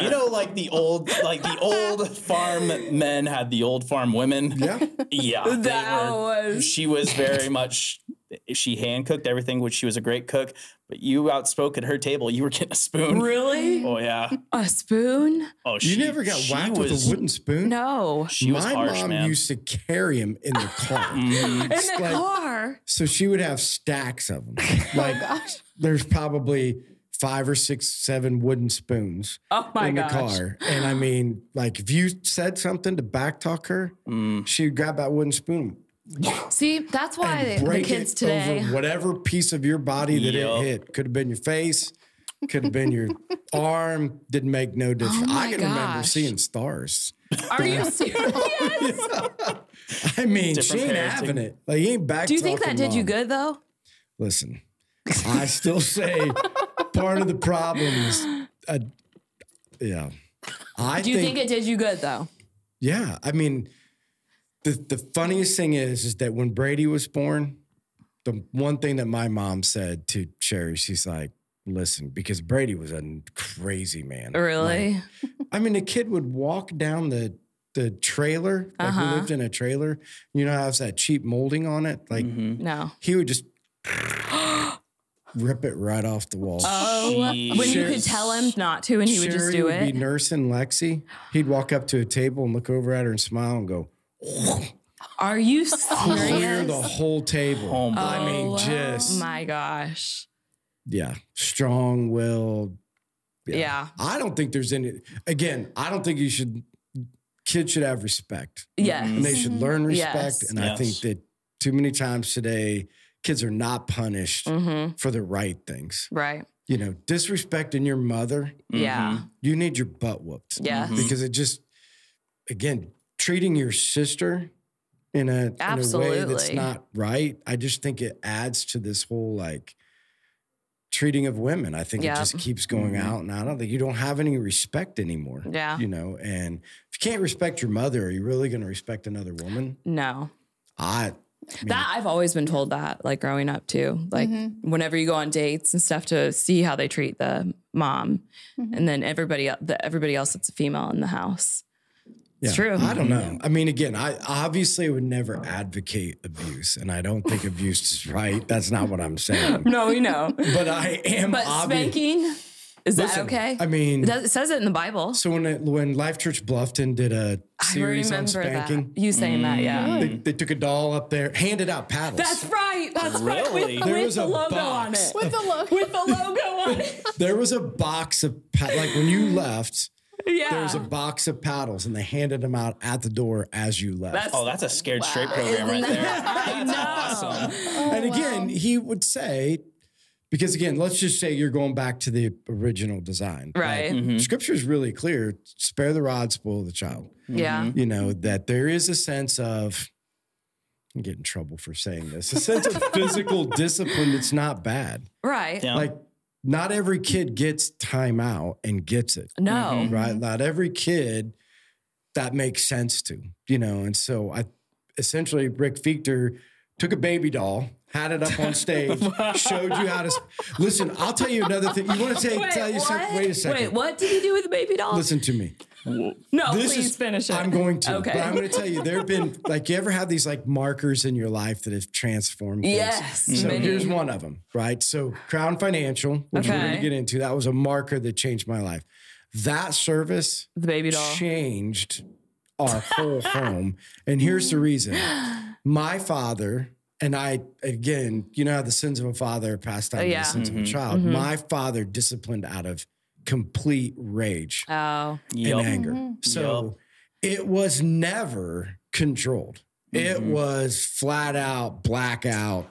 S3: You know, like the old, like the old farm men had the old farm women.
S2: Yeah.
S3: Yeah, they
S1: That
S3: were-
S1: was-
S3: She was very much. She hand cooked everything, which she was a great cook. But you outspoke at her table. You were getting a spoon.
S1: Really?
S3: Oh yeah.
S1: A spoon?
S3: Oh, she,
S2: You never got
S3: she
S2: whacked with
S3: was-
S2: a wooden spoon?
S1: No.
S3: She was
S2: my
S3: harsh,
S2: mom
S3: man.
S2: used to carry him in the car.
S1: In
S3: Mhm.
S1: the
S2: like-
S1: car.
S2: So she would have stacks of them.
S1: Oh
S2: Like
S4: Gosh.
S2: there's probably five or six, seven wooden spoons
S1: Oh my
S2: in the
S1: gosh.
S2: car. And I mean, like if you said something to backtalk her,
S3: Mm.
S2: she'd grab that wooden spoon
S1: See, that's why
S2: and
S1: the
S2: break
S1: kids
S2: it
S1: today.
S2: over whatever piece of your body that
S3: Yup.
S2: it hit. Could have been your face, Could have been your arm. Didn't make no difference.
S1: Oh my
S2: I can remember
S1: gosh.
S2: seeing stars.
S1: Are you serious?
S2: I mean,
S3: Different
S2: she ain't
S3: parenting.
S2: having it. Like you ain't back.
S1: Do you think that
S2: talking
S1: did you
S2: mom.
S1: good though?
S2: Listen, I still say part of the problem is, uh, yeah. I
S1: Do you think it did you good though?
S2: Yeah, I mean, the the funniest thing is is that when Brady was born, the one thing that my mom said to Sherry, she's like, "Listen, because Brady was a n- crazy man.
S1: Really?
S2: I mean, the kid would walk down the the trailer. Like
S1: Uh-huh.
S2: we lived in a trailer. You know, how it's that cheap molding on it. Like
S3: Mhm.
S1: No.
S2: he would just rip it right off the wall.
S1: Oh, when you could
S2: Sure.
S1: tell him not to, and he would just
S2: Sherry
S1: do
S2: would
S1: it.
S2: be nursing Lexi. He'd walk up to a table and look over at her and smile and go.
S1: Are you
S2: Oh, clear
S1: serious?
S2: the whole table.
S3: Oh my.
S2: I mean,
S1: Oh,
S2: just
S1: my gosh.
S2: yeah, strong willed.
S1: Yeah.
S2: I don't think there's any. Again, I don't think you should. Kids should have respect,
S1: Yes.
S2: and they should learn respect.
S1: Mm-hmm. Yes.
S2: And I
S3: Yes.
S2: think that too many times today, kids are not punished
S1: hmm
S2: for the right things.
S1: Right.
S2: You know, disrespecting your mother,
S1: Yeah.
S3: Mm-hmm.
S2: you need your butt whooped.
S1: Yes.
S3: Mhm.
S2: because it just again treating your sister in a in a way that's
S1: Absolutely.
S2: not right i just think it adds to this whole like treating of women i think
S1: Yep.
S2: it just keeps going
S3: Mhm.
S2: out and i don't think you don't have any respect anymore
S1: Yeah.
S2: you know and if you can't respect your mother are you really going to respect another woman
S1: No.
S2: i mean-
S1: That I've always been told that, like growing up too. Like
S2: Mm-hmm.
S1: whenever you go on dates and stuff to see how they treat the mom,
S2: Mm-hmm.
S4: Mhm.
S1: and then everybody el- the, everybody else that's a female in the house. It's true.
S2: i don't know i mean again i obviously would never advocate abuse and i don't think abuse is right that's not what i'm saying
S1: No, you know.
S2: but i am
S1: but
S2: obvi-
S1: spanking is
S2: Listen,
S1: that okay?
S2: I mean,
S1: it, does, it says it in the Bible.
S2: So when it, when Life Church Bluffton did a
S1: I
S2: series on
S1: remember that.
S2: spanking, Mm.
S1: You saying that? Yeah.
S4: Really?
S2: they, they took a doll up there, handed out paddles.
S1: That's right. That's right.
S3: Really?
S1: With, the-
S2: There
S1: with
S2: was
S1: the
S2: a
S1: logo
S2: box.
S1: on it.
S4: With the look.
S1: With the logo on it.
S2: there was a box of pa- like when you left,
S1: Yeah.
S2: there was a box of paddles, and they handed them out at the door as you left.
S1: That's-
S3: Oh, that's a scared straight program right
S1: Isn't
S3: there.
S1: that- I
S3: That's
S1: know.
S3: awesome.
S2: and
S4: Oh,
S2: again, he would say, because again, let's just say you're going back to the original design.
S1: Right.
S3: Mm-hmm.
S2: Scripture is really clear: spare the rod, spoil the child.
S1: Mm-hmm. Yeah.
S3: Mm-hmm.
S2: you know, that there is a sense of, I get in trouble for saying this, a sense of physical discipline that's not bad.
S1: Right.
S3: Yeah.
S2: Like, not every kid gets time out and gets it,
S1: No.
S2: right? Not every kid that makes sense to, you know, and so I essentially, Rick Fichter took a baby doll. Had it up on stage, showed you how to. s- Listen, I'll tell you another thing. You want to take, tell you something? Wait a second.
S1: Wait, what did he do with the baby doll?
S2: Listen to me.
S1: no,
S2: This
S1: Oh, please
S2: is-
S1: finish it.
S2: I'm going to.
S1: Okay.
S2: But I'm going to tell you, there have been like you ever have these like markers in your life that have transformed. things?
S1: Yes,
S2: So
S1: many.
S2: here's one of them, right? So Crown Financial, which we're going
S1: Okay.
S2: to get into, that was a marker that changed my life. That service
S1: the baby doll.
S2: changed our whole home, and here's the reason: my father. And I, again, you know how the sins of a father are passed down
S1: Yeah. Mm-hmm.
S2: to the sins of a child. My father disciplined out of complete rage
S1: Oh,
S2: and
S3: Yep.
S2: anger. So it was never controlled. It
S3: Mm-hmm.
S2: was flat out blackout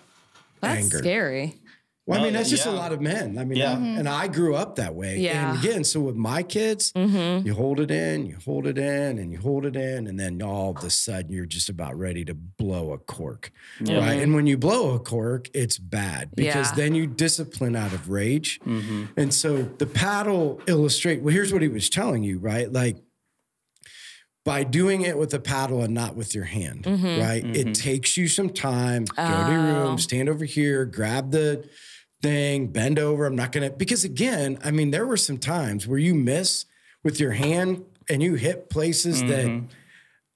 S1: that's
S2: anger.
S1: scary.
S2: Well, I mean,
S3: No,
S2: that's just a
S3: Oh, yeah.
S2: lot of men. I mean,
S3: Yeah.
S2: and I grew up that way.
S1: Mm-hmm. Yeah.
S2: And again, so with my kids,
S1: Mm-hmm.
S2: you hold it in, you hold it in, and you hold it in, and then all of a sudden you're just about ready to blow a cork.
S3: Yeah.
S2: Right. And when you blow a cork, it's bad because
S1: Mm-hmm. Yeah.
S2: then you discipline out of rage.
S3: Mm-hmm.
S2: And so the paddle illustrate well, here's what he was telling you, right? Like by doing it with a paddle and not with your hand, right? It takes you some time. Go to your
S1: Mm-hmm. Oh.
S2: room, stand over here, grab the thing, bend over. I'm not gonna because again, I mean, there were some times where you miss with your hand and you hit places
S1: Mm-hmm.
S2: that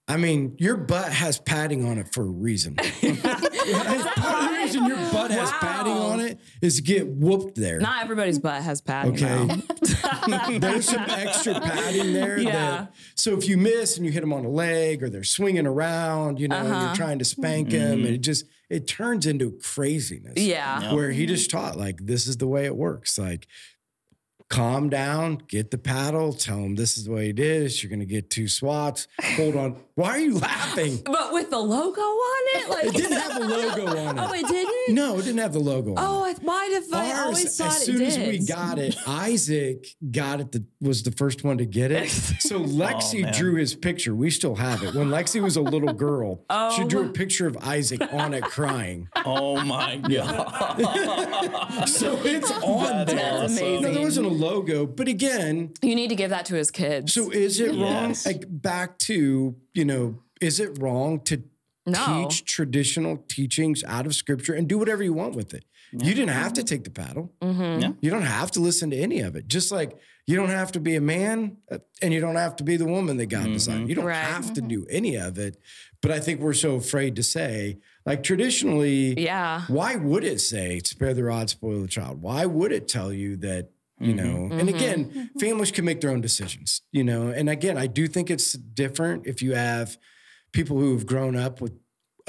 S2: I mean, your butt has padding on it for a reason. Part of the reason your butt has padding
S1: Wow.
S2: on it is to get whooped there.
S1: Not everybody's butt has padding.
S2: Okay.
S1: though.
S2: There's some extra padding there.
S1: Yeah.
S2: That, so if you miss and you hit them on the leg or they're swinging around, you know, and
S1: Uh-huh.
S2: you're trying to spank them, and it just it turns into craziness.
S1: Yeah.
S2: Where he just taught like this is the way it works. Like calm down, get the paddle, tell them this is the way it is. You're gonna get two swats. Hold on. Why are you laughing?
S1: But with the logo on it, like
S2: It didn't have a logo on
S1: oh,
S2: it.
S1: it didn't.
S2: No, it didn't have the logo on it.
S1: Oh, I, why did I always thought
S2: as
S1: it
S2: soon
S1: did?
S2: as we got it, Isaac got it. The, was the first one to get it. So
S1: Oh,
S2: Lexi
S3: man.
S2: drew his picture. We still have it. When Lexi was a little girl, she
S1: Oh.
S2: drew a picture of Isaac on it crying.
S3: Oh my god.
S2: So it's on
S3: That's
S2: there.
S3: awesome.
S2: No, there wasn't a logo, but again,
S1: you need to give that to his kids.
S2: so is it wrong?
S3: Yes.
S2: Like back to you know, is it wrong to
S1: No.
S2: teach traditional teachings out of Scripture and do whatever you want with it? You didn't have to take the paddle.
S1: Mm-hmm.
S2: You don't have to listen to any of it. Just like you don't have to be a man uh, and you don't have to be the woman that God designed. You don't
S1: Right. Mm-hmm.
S2: have to do any of it. But I think we're so afraid to say, like traditionally,
S1: yeah.
S2: why would it say spare the rod, spoil the child? Why would it tell you that, you know? And again, families can make their own decisions, you know? And again, I do think it's different if you have people who have grown up with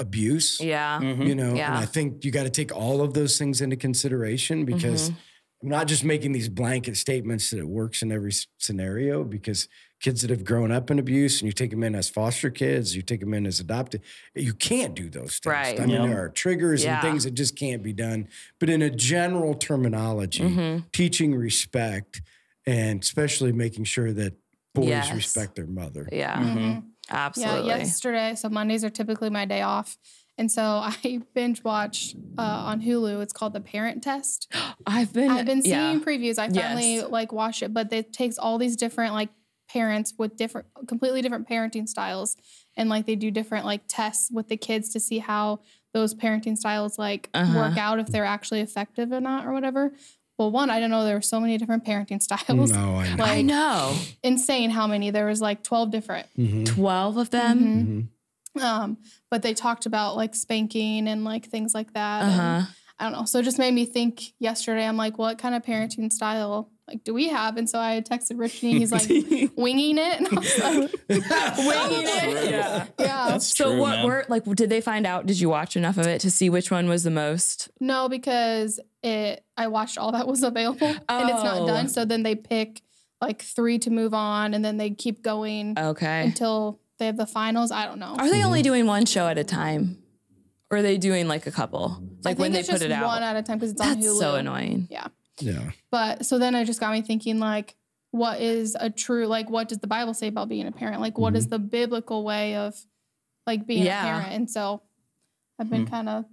S2: abuse
S1: Yeah.
S3: Mm-hmm.
S2: you know and
S1: Yeah.
S2: i think you got to take all of those things into consideration because
S1: Mm-hmm.
S2: i'm not just making these blanket statements that it works in every s- scenario because kids that have grown up in abuse and you take them in as foster kids you take them in as adopted you can't do those things
S1: Right.
S2: i mean
S3: Yeah.
S2: there are triggers
S1: Yeah.
S2: and things that just can't be done but in a general terminology
S1: Mm-hmm.
S2: teaching respect and especially making sure that boys
S1: Yes.
S2: respect their mother
S1: Yeah.
S3: Mm-hmm.
S1: Absolutely.
S4: Yeah, yesterday. So Mondays are typically my day off. And so I binge watch uh, on Hulu. It's called The Parent Test.
S1: I've been.
S4: I've been seeing
S1: yeah.
S4: previews. I finally
S1: Yes.
S4: like watched it, but it takes all these different like parents with different, completely different parenting styles, and like they do different like tests with the kids to see how those parenting styles like work
S1: Uh-huh.
S4: out if they're actually effective or not or whatever. Well, one, I don't know. There were so many different parenting styles.
S2: no i know
S1: I
S4: Like
S1: know.
S4: insane how many. There was like twelve different.
S2: Mm-hmm.
S1: Twelve of them.
S4: Um, but they talked about like spanking and like things like that. and
S1: Uh-huh.
S4: I don't know. So it just made me think yesterday. I'm like, what kind of parenting style like do we have? And so I texted Richie. and He's like, winging it. And I was like, winging it.
S1: Oh, Yeah.
S4: Yeah.
S3: That's
S1: Uh, So
S3: true,
S1: what
S3: man.
S1: were like? Did they find out? Did you watch enough of it to see which one was the most?
S4: No, because it. I watched all that was available, and it's
S1: Oh.
S4: not done. So then they pick like three to move on, and then they keep going
S1: Okay.
S4: until they have the finals. I don't know.
S1: Are they
S2: Mm-hmm.
S1: only doing one show at a time, or are they doing like a couple?
S4: I
S1: Like when
S4: think
S1: they
S4: it's
S1: put
S4: just
S1: it
S4: one
S1: out.
S4: at a time because it's on Hulu.
S1: That's so annoying.
S4: Yeah.
S2: yeah
S4: But so then it just got me thinking like, what is a true like what does the Bible say about being a parent? Like what is
S2: Mm-hmm.
S4: the biblical way of like being
S1: Yeah.
S4: a parent? And so I've
S2: Mm.
S4: been kind of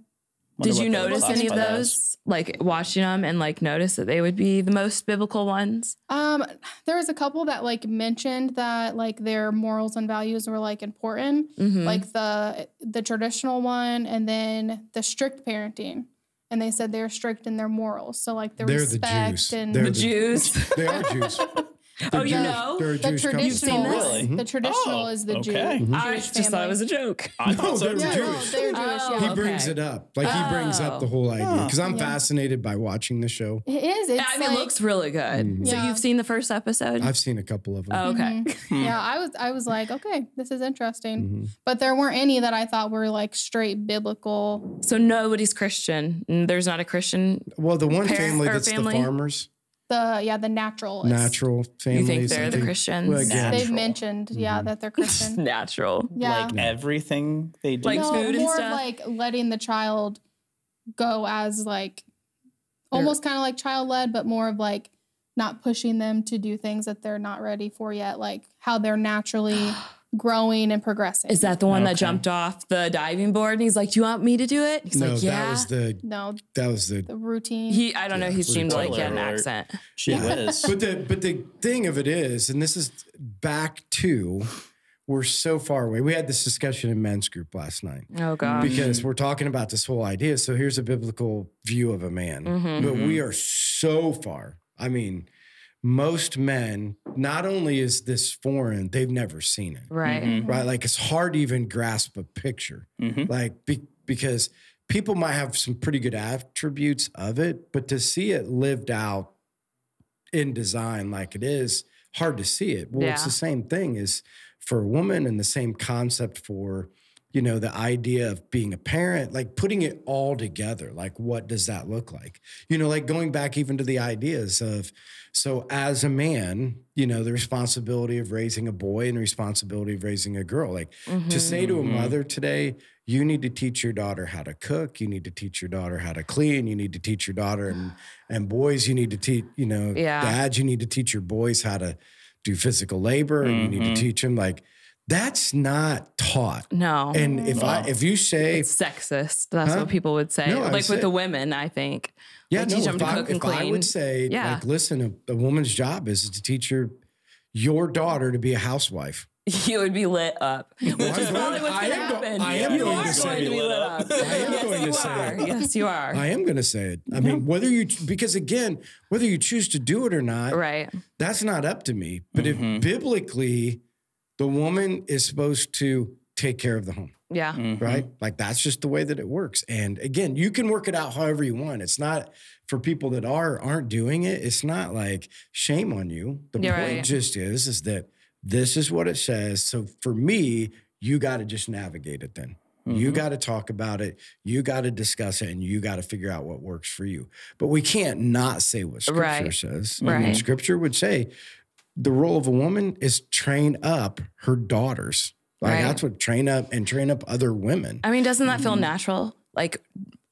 S3: Wonder
S1: Did you
S3: what they
S1: notice
S3: lost
S1: any of
S3: by that.
S1: those? Like watching them and like notice that they would be the most biblical ones.
S4: um there was a couple that like mentioned that like their morals and values were like important.
S1: Mhm.
S4: Like the the traditional one and then the strict parenting. And they said they're strict in their morals. So like the
S2: They're the
S4: respect
S2: Jews.
S4: and
S2: They're
S1: the
S2: the-
S1: Jews.
S2: they are jews
S1: oh, you
S2: Jewish-
S1: know.
S2: they're a
S4: the
S2: Jewish country.
S4: traditional
S1: this?
S3: Really?
S4: the traditional
S3: Oh,
S4: is the Jew.
S1: I
S3: okay.
S4: Jewish
S1: just thought it
S4: family.
S1: was a joke.
S3: I thought
S2: No,
S3: so.
S2: they're
S4: Yeah,
S3: too.
S4: no,
S2: Jewish.
S4: they're Jewish.
S1: Oh.
S4: yeah.
S2: He brings
S1: Okay. Oh.
S2: it up. Like he brings up the whole idea because I'm fascinated by watching the show.
S4: It is. It's
S1: I mean, it
S4: like-
S1: looks really good. So
S4: Yeah.
S1: you've seen the first episode?
S2: I've seen a couple of them.
S1: Oh, okay.
S4: yeah. I was. I was like, okay, this is interesting.
S2: Hmm. Mm-hmm.
S4: But there weren't any that I thought were like straight biblical.
S1: So nobody's Christian. and There's not a Christian.
S2: well, the one
S1: Parent-
S2: family
S1: or
S2: that's
S1: family?
S2: the farmers,
S4: The yeah, the naturalist.
S2: natural families.
S1: You think they're
S2: I
S1: the Christians?
S2: Well, again,
S4: They've
S3: Natural.
S4: mentioned yeah that they're Christian.
S1: Natural.
S4: Yeah.
S3: Like everything they do.
S1: Like
S4: no,
S1: food and
S4: more
S1: stuff?
S4: of like letting the child go as like almost kind of like child led, but more of like not pushing them to do things that they're not ready for yet, like how they're naturally growing and progressing.
S1: Is that the one that
S3: Okay.
S1: jumped off the diving board and he's like, Do you want me to do it? He's
S2: No,
S1: like, Yeah.
S2: that was the
S4: no
S2: that was the.
S4: the routine?
S1: he, I don't know. He
S2: Yeah,
S1: seemed like he had an
S3: spoiler alert.
S1: accent.
S3: She whiz.
S2: But the but the thing of it is, and this is back to, we're so far away. We had this discussion in men's group last night.
S1: Oh, gosh.
S2: because we're talking about this whole idea. So here's a biblical view of a man,
S1: Mm-hmm.
S2: but we are so far. I mean, most men, not only is this foreign, they've never seen it,
S1: Right.
S3: Mm-hmm.
S2: right? Like it's hard to even grasp a picture, like be, because people might have some pretty good attributes of it, but to see it lived out in design like it is, hard to see it. Well, it's
S1: Yeah.
S2: the same thing as for a woman and the same concept for you know, the idea of being a parent, like putting it all together. Like, what does that look like? You know, like going back even to the ideas of, so as a man, you know, the responsibility of raising a boy and responsibility of raising a girl. Like
S1: Mm-hmm.
S2: to say to a mother today, you need to teach your daughter how to cook, you need to teach your daughter how to clean, you need to teach your daughter and and boys, you need to teach, you know,
S1: Yeah.
S2: dads, you need to teach your boys how to do physical labor and you need to teach them like that's not taught.
S1: No.
S2: And if I if you say
S1: it's sexist. That's
S2: Huh?
S1: what people would say.
S2: No, I
S1: like
S2: said-
S1: with the women, I think.
S2: Yeah,
S1: Like,
S2: no,
S1: teach them
S2: if,
S1: to
S2: I,
S1: cook and
S2: if I
S1: clean.
S2: would say,
S1: Yeah.
S2: like, listen, a, a woman's job is to teach your your daughter to be a housewife.
S1: You would be lit up, which is probably what's
S2: I
S1: going to
S2: am go-
S1: happen.
S2: I am
S1: you
S2: going
S1: are
S2: to say
S1: going to be
S3: it.
S1: lit up.
S3: I
S2: am
S1: yes,
S2: going to
S1: you
S2: say
S1: are.
S2: it.
S1: Yes, you are.
S2: I am going to say it. I mean, whether you because again, whether you choose to do it or not,
S1: right.
S2: that's not up to me. But if biblically, the woman is supposed to take care of the home.
S1: Yeah.
S3: Mm-hmm.
S2: right? Like that's just the way that it works. And again, you can work it out however you want. It's not for people that are aren't doing it. It's not like shame on you. The
S1: Yeah,
S2: point
S1: right.
S2: just is is that this is what it says. So for me, you got to just navigate it then.
S3: Mm-hmm.
S1: Mm-hmm.
S2: You got to talk about it. You got to discuss it, and you got to figure out what works for you. But we can't not say what Scripture
S1: Right.
S2: says. I mean,
S1: Right.
S2: scripture would say the role of a woman is train up her daughters. Like
S1: Right.
S2: that's what train up and train up other women.
S1: I mean, doesn't that feel
S2: Mm.
S1: natural? Like,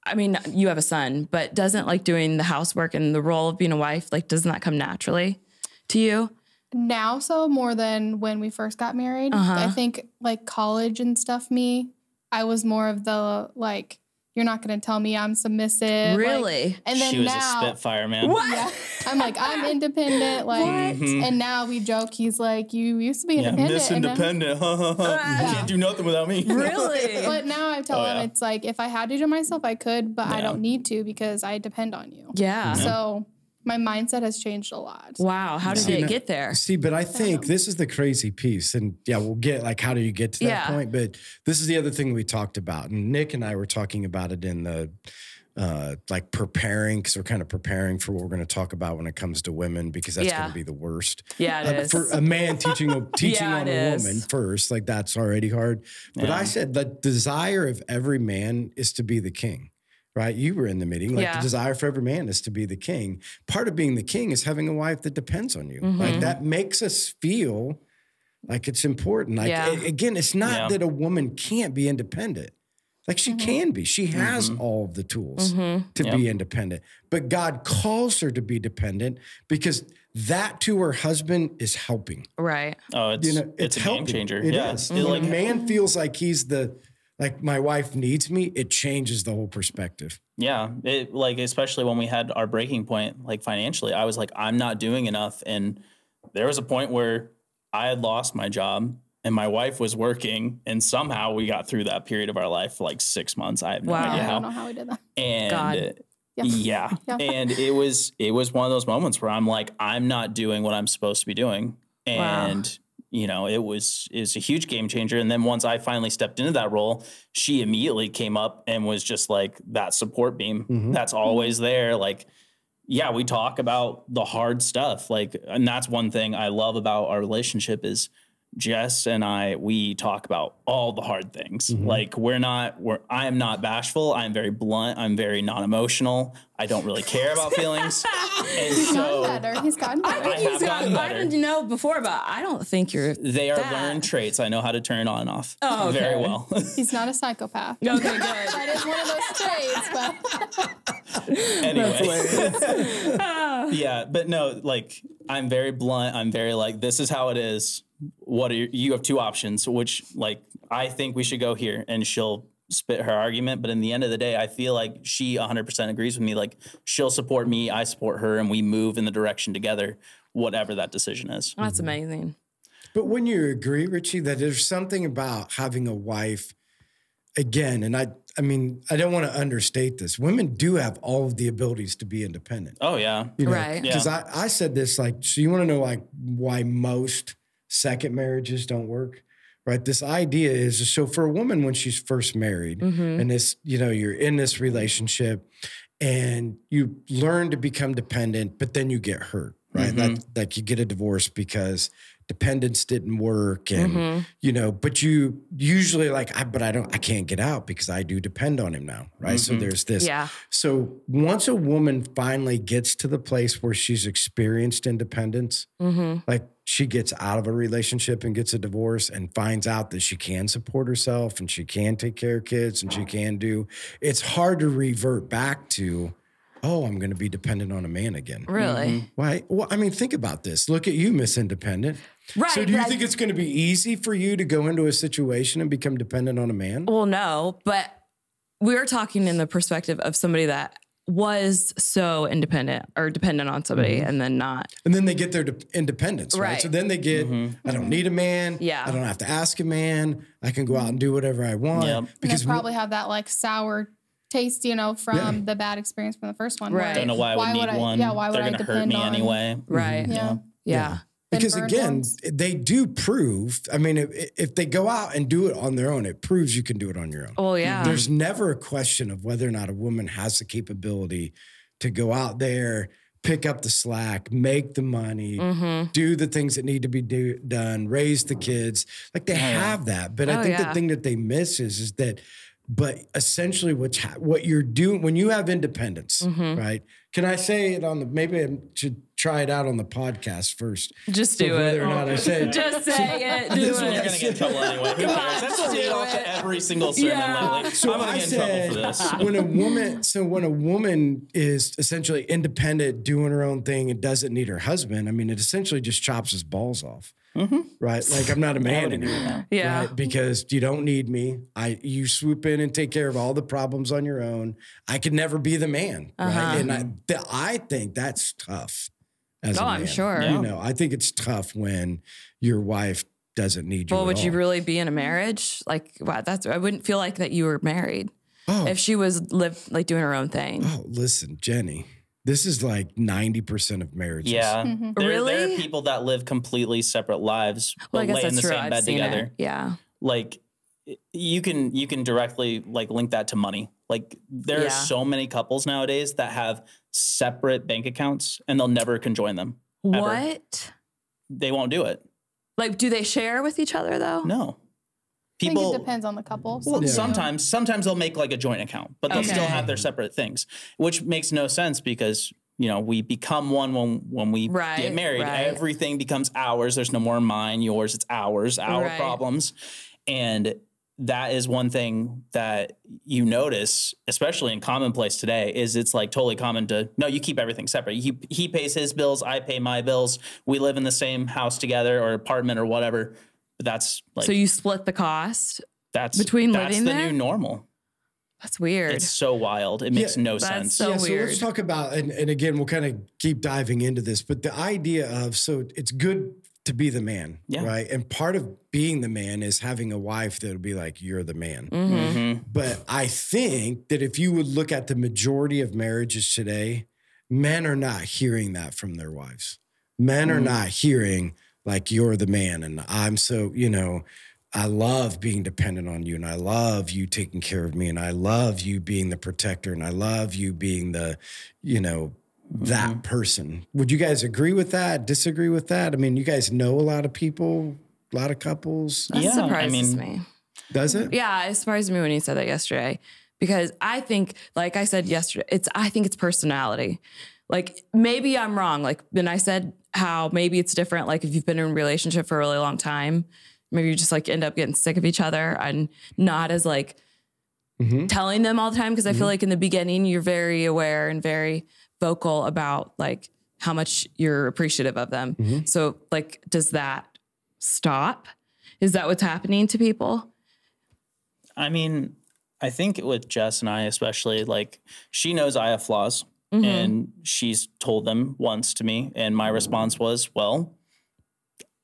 S1: I mean, you have a son, but doesn't like doing the housework and the role of being a wife, like, doesn't that come naturally to you?
S4: now so more than when we first got married. I
S1: Uh-huh.
S4: think like college and stuff, me, I was more of the like, you're not gonna tell me I'm submissive. Uh, like-
S1: Really?
S4: and then
S3: she was
S4: now
S3: a spitfire, man.
S1: What?
S4: Yeah. I'm like, I'm independent. Like and now we joke, he's like, You used to be
S3: Mm-hmm. Yeah,
S4: independent.
S3: Miss
S4: and I'm-
S3: Independent. you can't do nothing without me.
S1: Really?
S4: but now I tell
S3: Oh,
S4: him
S3: yeah.
S4: it's like if I had to do it myself, I could, but I
S3: Yeah.
S4: don't need to because I depend on you.
S1: yeah.
S4: So my mindset has changed a lot.
S1: Wow. How did
S2: See,
S1: it
S2: now-
S1: get there?
S2: See, but I think this is the crazy piece. And yeah, we'll get like, how do you get to that
S1: Yeah.
S2: point? But this is the other thing we talked about. And Nick and I were talking about it in the uh, like preparing, because we're kind of preparing for what we're going to talk about when it comes to women, because that's going
S1: Yeah.
S2: to be the worst.
S1: Yeah, it
S2: Uh,
S1: is.
S2: for a man teaching a, teaching
S1: Yeah,
S2: on
S1: it
S2: a
S1: is.
S2: woman first, like that's already hard. But I said the desire of every man is to be the king. Right, you were in the meeting. Like
S1: Yeah.
S2: the desire for every man is to be the king. Part of being the king is having a wife that depends on you.
S1: Mm-hmm.
S2: Like that makes us feel like it's important. Like
S1: Yeah.
S2: a- again, it's not
S3: Yeah.
S2: that a woman can't be independent. Like she can be. She has
S3: Mm-hmm.
S2: all of the tools to be independent. But God calls her to be dependent because that to her husband is helping.
S1: right.
S3: Oh, it's
S2: You know, it's,
S3: it's, a
S2: helping.
S3: game changer.
S2: It
S3: yeah,
S2: is. Mm-hmm.
S3: it, like
S2: when a man feels like he's the like my wife needs me, it changes the whole perspective.
S3: yeah, it like especially when we had our breaking point, like financially, I was like, I'm not doing enough, and there was a point where I had lost my job and my wife was working, and somehow we got through that period of our life for like six months. I have no
S1: Wow.
S3: idea
S4: I
S3: how.
S4: don't know how we did that.
S3: and
S1: God.
S4: Yeah.
S3: yeah,
S4: Yeah.
S3: and it was it was one of those moments where i'm like i'm not doing what i'm supposed to be doing
S1: Wow.
S3: and you know it was is a huge game changer and then once i finally stepped into that role she immediately came up and was just like that support beam
S2: Mhm.
S3: that's always there like yeah we talk about the hard stuff like and that's one thing i love about our relationship is Jess and I, we talk about all the hard things. Like we're not, we're I am not bashful. I'm very blunt. I'm very non-emotional. I don't really care about feelings. and
S4: He's gotten
S3: so
S4: better. He's gotten
S1: I
S4: better.
S1: think
S3: have
S1: he's got,
S3: gotten
S1: I
S3: better.
S1: didn't know before, but I don't think you're.
S3: they are
S1: That-
S3: learned traits. I know how to turn on and off
S1: Oh, okay.
S3: very well.
S4: He's not a psychopath.
S1: Okay, good.
S4: That is one of those traits, but
S3: anyway. yeah, but no, like I'm very blunt. I'm very like this is how it is. What are your, you have two options, which like I think we should go here, and she'll spit her argument. But in the end of the day, I feel like she 100% agrees with me. Like she'll support me, I support her, and we move in the direction together, whatever that decision is.
S1: That's amazing.
S2: But wouldn't you agree, Richie, that there's something about having a wife again, and I I mean, I don't want to understate this. Women do have all of the abilities to be independent.
S3: Oh yeah,
S2: You know?
S1: Right.
S2: Because I, I said this like, so you want to know like why most second marriages don't work? Right. This idea is so for a woman when she's first married
S1: Mm-hmm.
S2: and this, you know, you're in this relationship and you learn to become dependent, but then you get hurt, right? Like, like you get a divorce because dependents didn't work and
S1: Mhm.
S2: you know but you usually like I, but i don't i can't get out because i do depend on him now right so
S3: Mhm.
S2: there's this
S1: Yeah.
S2: so once a woman finally gets to the place where she's experienced independence
S1: hmm
S2: like she gets out of a relationship and gets a divorce and finds out that she can support herself and she can take care of kids and she can do it's hard to revert back to oh i'm going to be dependent on a man again
S1: Really.
S2: why well i mean think about this look at you miss independent
S1: Right.
S2: so do you
S1: but I-
S2: think it's going to be easy for you to go into a situation and become dependent on a man
S1: Well, no, but we're talking in the perspective of somebody that was so independent or dependent on somebody
S2: Mm-hmm.
S1: and then not.
S2: and then they get their de- independence right,
S1: Right.
S2: so then they get i don't need a man
S1: Yeah.
S2: i don't have to ask a man i can go out and do whatever i want
S3: Yep.
S4: Because
S2: because
S4: they probably have that like sour taste, you know, from
S2: Yeah.
S4: the bad experience from the first one.
S1: Right.
S3: Don't know why I would need one.
S4: Yeah, why
S3: They're
S4: would I
S3: gonna
S4: depend
S3: hurt me
S4: on,
S3: anyway.
S2: Mm-hmm.
S1: Right.
S4: Yeah.
S3: Yeah.
S1: Yeah.
S4: Been
S2: because
S4: burned
S2: again
S4: once.
S2: they do prove i mean if, if they go out and do it on their own it proves you can do it on your own
S1: Well, yeah.
S2: there's never a question of whether or not a woman has the capability to go out there pick up the slack make the money
S1: Mhm.
S2: do the things that need to be do, done raise the kids like they have that but
S1: Oh,
S2: i think
S1: yeah.
S2: the thing that they miss is is that but essentially what's ha- what you're doing when you have independence
S1: Mm-hmm.
S2: right can i say it on the maybe i should try it out on the podcast first
S1: Just do
S2: whether or
S1: it.
S2: not i say it.
S1: Just say it. Do
S2: This
S3: You're
S1: it.
S2: one-
S3: gonna get in trouble anyway. Who cares? That's what we get off to every single sermon
S1: Yeah.
S3: lately.
S2: So
S3: I'm gonna
S2: I
S3: get in
S2: said,
S3: trouble for this.
S2: when a woman, so when a woman is essentially independent, doing her own thing, and doesn't need her husband, I mean, it essentially just chops his balls off,
S3: Mm-hmm.
S2: right? Like I'm not a man anymore,
S1: Yeah.
S2: right? Because you don't need me. I you swoop in and take care of all the problems on your own. I could never be the man,
S1: Uh-huh.
S2: right? And I, th- I think that's tough. As a
S1: Oh, I'm
S2: man.
S1: sure.
S2: You know, I think it's tough when your wife doesn't need you.
S1: Well,
S2: at
S1: would you
S2: all.
S1: really be in a marriage? Like, wow, that's, I wouldn't feel like that you were married
S2: Oh.
S3: Hmm.
S1: if she was live, like doing her own thing.
S2: Oh, listen, Jenny, this is like 90% of marriages.
S4: mm-hmm.
S3: Yeah. There, there
S1: Hmm. Really?
S3: are people that live completely separate lives, but
S1: Well, I guess
S3: lay in
S1: that's
S3: the
S1: true.
S3: same
S1: I've
S3: bed
S1: seen
S3: together.
S1: it. Yeah.
S3: Like y- you can you can directly like link that to money. Like there
S1: Yeah.
S3: are so many couples nowadays that have separate bank accounts and they'll never conjoin them. Ever.
S1: What?
S3: They won't do it.
S1: Like, do they share with each other though?
S3: No.
S4: I
S3: People
S4: think it depends on the couple.
S3: Well,
S2: Yeah.
S3: sometimes sometimes they'll make like a joint account, but they'll still
S1: Okay.
S3: have their separate things, which makes no sense because you know we become one when when we
S1: Right,
S3: get married.
S1: right.
S3: Everything becomes ours. There's no more mine, yours. It's ours, our
S1: Right.
S3: problems, and that is one thing that you notice, especially in commonplace today, is it's like totally common to no, you keep everything separate. He he pays his bills, I pay my bills. We live in the same house together or apartment or whatever. But that's like
S1: so you split the cost.
S3: that's
S1: between
S3: that's
S1: living
S3: the
S1: there?
S3: new normal.
S1: That's weird.
S3: It's so wild. It makes no
S1: That's
S3: sense.
S1: so-
S2: yeah, so
S1: weird.
S2: let's talk about, and, and again, we'll kind of keep diving into this, but the idea of so it's good to be the man,
S3: Yeah.
S2: right? And part of being the man is having a wife that'll be like, you're the man.
S1: Mhm.
S3: Mhm.
S2: But I think that if you would look at the majority of marriages today, men are not hearing that from their wives. Men are not hearing, like, you're the man and I'm so, you know, I love being dependent on you and I love you taking care of me and I love you being the protector and I love you being the, you know, that person. Would you guys agree with that? Disagree with that? I mean, you guys know a lot of people, a lot of couples.
S1: That
S3: Yeah, I
S1: surprises
S3: mean-
S1: me.
S2: Does it?
S1: Yeah, it surprised me when you said that yesterday because I think, like I said yesterday, it's I think it's personality. Like maybe I'm wrong. Like then I said how maybe it's different. Like if you've been in a relationship for a really long time, maybe you just like end up getting sick of each other and not as like
S2: Mhm.
S1: telling them all the time because I
S2: Mm-hmm.
S1: feel like in the beginning you're very aware and very vocal about like how much you're appreciative of them.
S2: Mm-hmm.
S1: So like does that stop? Is that what's happening to people?
S3: I mean, I think with Jess and I especially, like she knows I have flaws,
S1: Mhm.
S3: and she's told them once to me, and my response was, "Well,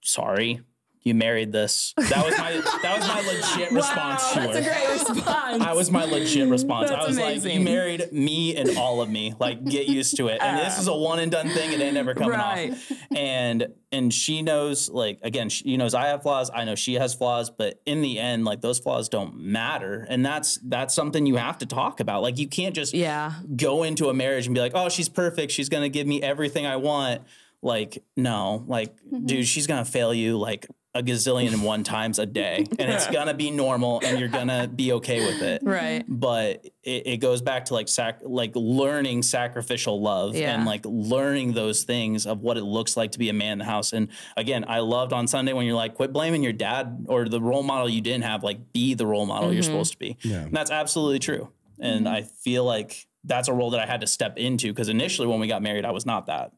S3: sorry, you married this." That was my that was my legit response to her.
S1: That's a great response.
S3: I was my legit response.
S1: That's
S3: I was like,
S1: amazing.
S3: "You married me and all of me. Like, get used to it." And this is a one and done thing. It ain't ever coming
S1: Right.
S3: off. And and she knows, like, again, she knows I have flaws. I know she has flaws, but in the end, like, those flaws don't matter. And that's that's something you have to talk about. Like, you can't just
S1: yeah.
S3: go into a marriage and be like, "Oh, she's perfect. She's gonna give me everything I want." Like, no, like,
S1: Mm-hmm.
S3: dude, she's gonna fail you like a gazillion and one times a day, and it's gonna be normal, and you're gonna be okay with it
S1: Right.
S3: but it, it goes back to like sac like learning sacrificial love
S1: Yeah.
S3: and like learning those things of what it looks like to be a man in the house and again i loved on sunday when you're like quit blaming your dad or the role model you didn't have like be the role model you're supposed to be
S2: Yeah.
S3: and that's absolutely true and i feel like that's a role that i had to step into because initially when we got married i was not that